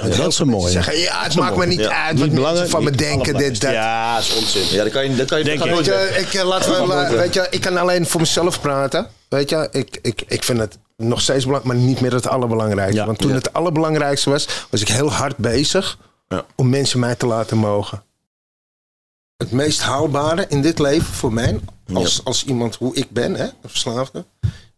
Speaker 3: Dat is een mooie.
Speaker 4: Zeggen, ja, het maakt me niet
Speaker 2: Ja.
Speaker 4: uit wat mensen
Speaker 3: belangrijk,
Speaker 4: van me
Speaker 3: niet
Speaker 4: denken, dit,
Speaker 3: allerbelangrijkste.
Speaker 4: dat.
Speaker 3: Ja, dat is onzin.
Speaker 2: ja, dan kan je, dan kan je,
Speaker 3: Denk
Speaker 2: dat
Speaker 3: ik.
Speaker 2: gaat
Speaker 4: Weet
Speaker 2: nooit
Speaker 4: je,
Speaker 2: weg.
Speaker 4: ik, eh, laten we, la-
Speaker 2: nooit
Speaker 4: weet je, ik kan alleen voor mezelf praten. Weet je, ik, ik, ik vind het nog steeds belangrijk, maar niet meer het allerbelangrijkste.
Speaker 3: Ja.
Speaker 4: Want toen
Speaker 3: Ja.
Speaker 4: het allerbelangrijkste was, was ik heel hard bezig
Speaker 2: Ja.
Speaker 4: om mensen mij te laten mogen. Het meest haalbare in dit leven voor mij, als, als iemand hoe ik ben, hè, een verslaafde,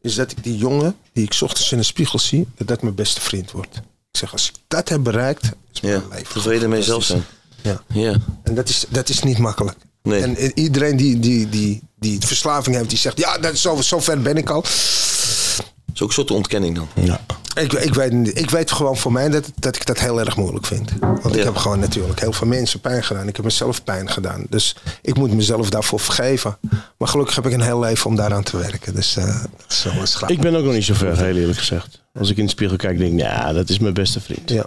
Speaker 4: is dat ik die jongen die ik 's ochtends in de spiegel zie, dat dat mijn beste vriend wordt. Ik zeg, als ik dat heb bereikt, is mijn
Speaker 2: Ja,
Speaker 4: leven
Speaker 2: tevreden mee zelf zijn.
Speaker 4: Ja.
Speaker 2: Ja.
Speaker 4: en dat is, dat is niet makkelijk.
Speaker 2: Nee.
Speaker 4: En i- iedereen die, die, die, die verslaving heeft, die zegt: Ja, dat, is zo, zo ver ben ik al.
Speaker 2: Dat is ook een soort ontkenning dan.
Speaker 3: Ja.
Speaker 4: Ik, ik, weet, niet- ik weet gewoon voor mij dat, dat ik dat heel erg moeilijk vind. Want ik
Speaker 2: Ja.
Speaker 4: heb gewoon natuurlijk heel veel mensen pijn gedaan. Ik heb mezelf pijn gedaan. Dus ik moet mezelf daarvoor vergeven. Maar gelukkig heb ik een heel leven om daaraan te werken. Dus eh, dat is wel een schaap.
Speaker 3: Ik ben ook nog niet zo ver, heel eerlijk gezegd. Als ik in de spiegel kijk, denk ik, ja, dat is mijn beste vriend.
Speaker 4: ja.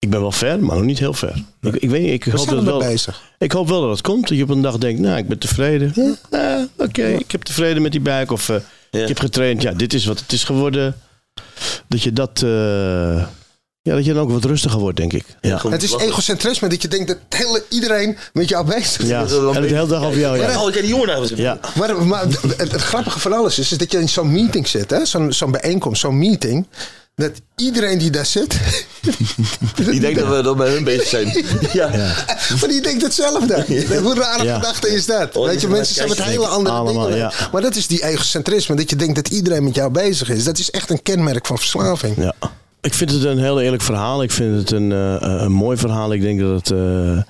Speaker 3: Ik ben wel ver, maar nog niet heel ver. Ik, ik weet niet, ik
Speaker 4: We
Speaker 3: hoop
Speaker 4: zijn
Speaker 3: dat
Speaker 4: er
Speaker 3: wel.
Speaker 4: bezig.
Speaker 3: Ik hoop wel dat het komt. Dat je op een dag denkt, nou, ik ben tevreden.
Speaker 4: Ja.
Speaker 3: Eh, Oké, ik heb tevreden met die buik. Of eh,
Speaker 2: Ja.
Speaker 3: ik heb getraind. Ja, dit is wat het is geworden. Dat je dat... eh, ja, dat je dan ook wat rustiger wordt, denk ik. Ja,
Speaker 2: Gewoon
Speaker 4: Het is
Speaker 2: lachen.
Speaker 4: egocentrisme dat je denkt dat hele, iedereen met jou bezig is.
Speaker 3: ja.
Speaker 2: dat is wel
Speaker 3: en het
Speaker 2: een-
Speaker 3: heel dag over jou.
Speaker 2: Ja,
Speaker 3: Ja.
Speaker 2: oh, ik heb die jongen daar gezien.
Speaker 3: Ja.
Speaker 4: Maar, maar het, het grappige van alles is, is dat je in zo'n meeting zit, hè? Zo'n, zo'n bijeenkomst, zo'n meeting. Dat iedereen die daar zit,
Speaker 2: Die denkt dat we dan bij hun bezig zijn. [LAUGHS] ja.
Speaker 4: maar die denkt hetzelfde. Hoe rare
Speaker 3: Ja.
Speaker 4: gedachte is dat?
Speaker 2: Oh,
Speaker 4: Weet je,
Speaker 2: die
Speaker 4: mensen zijn met
Speaker 2: kijken
Speaker 4: hele andere
Speaker 3: allemaal,
Speaker 4: dingen.
Speaker 3: ja.
Speaker 4: Maar dat is die egocentrisme, dat je denkt dat iedereen met jou bezig is. Dat is echt een kenmerk van verslaving.
Speaker 3: Ja. Ik vind het een heel eerlijk verhaal. Ik vind het een, eh, een mooi verhaal. Ik denk dat het. eh, eh,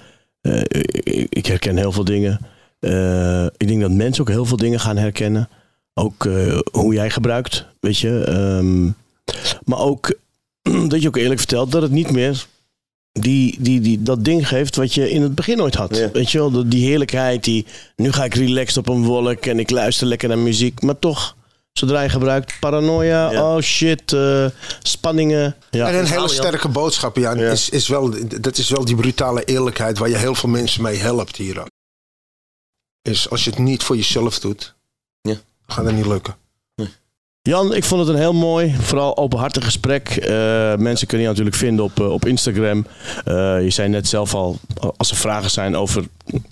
Speaker 3: ik- ik herken heel veel dingen. Eh, ik denk dat mensen ook heel veel dingen gaan herkennen. Ook eh, hoe jij gebruikt, weet je. Ehm, maar ook [CLEARS THROAT] dat je ook eerlijk vertelt dat het niet meer die, die, die, dat ding geeft wat je in het begin ooit had.
Speaker 2: Ja.
Speaker 3: Weet je wel, dat- die heerlijkheid, die nu ga ik relaxed op een wolk en ik luister lekker naar muziek. Maar toch, zodra je gebruikt, paranoia,
Speaker 2: Ja.
Speaker 3: oh shit, eh, spanningen. Ja.
Speaker 4: En een hele
Speaker 2: haal je al.
Speaker 4: sterke boodschap, Jan,
Speaker 2: Ja.
Speaker 4: is, is wel, dat is wel die brutale eerlijkheid waar je heel veel mensen mee helpt hier. ook. Is als je het niet voor jezelf doet,
Speaker 2: Ja.
Speaker 4: Gaat het niet lukken.
Speaker 3: Jan, ik vond het een heel mooi, vooral openhartig gesprek. Eh, mensen kunnen je natuurlijk vinden op, eh, op Instagram. Eh, je zei net zelf al, als er vragen zijn over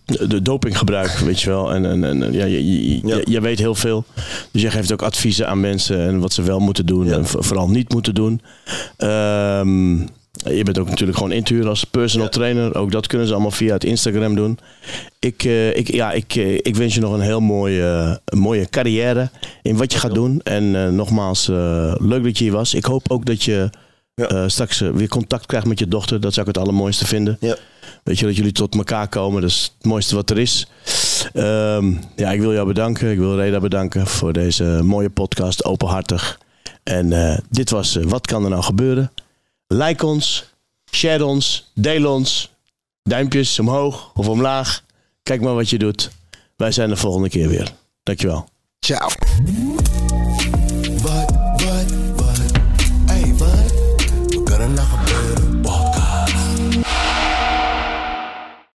Speaker 3: de dopinggebruik, weet je wel. En, en, en ja, je, je, je-
Speaker 2: Ja.
Speaker 3: je weet heel veel. Dus jij geeft ook adviezen aan mensen en wat ze wel moeten doen
Speaker 2: Ja.
Speaker 3: en vo- vooral niet moeten doen. Ehm, je bent ook natuurlijk gewoon in te huren als personal
Speaker 2: Ja.
Speaker 3: trainer. Ook dat kunnen ze allemaal via het Instagram doen. Ik, eh, ik, ja, ik, eh, ik wens je nog een heel mooie, een mooie carrière in wat je gaat doen. En eh, nogmaals, eh, leuk dat je hier was. Ik hoop ook dat je
Speaker 2: Ja.
Speaker 3: eh, straks eh, weer contact krijgt met je dochter. Dat zou ik het allermooiste vinden.
Speaker 2: Ja.
Speaker 3: Weet je, dat jullie tot elkaar komen. Dat is het mooiste wat er is. Ehm, ja, ik wil jou bedanken. Ik wil Reda bedanken voor deze mooie podcast. Openhartig. En eh, dit was eh, Wat kan er nou gebeuren? Like ons. Share ons. Deel ons. Duimpjes omhoog of omlaag. Kijk maar wat je doet. Wij zijn de volgende keer weer. Dankjewel.
Speaker 4: Ciao.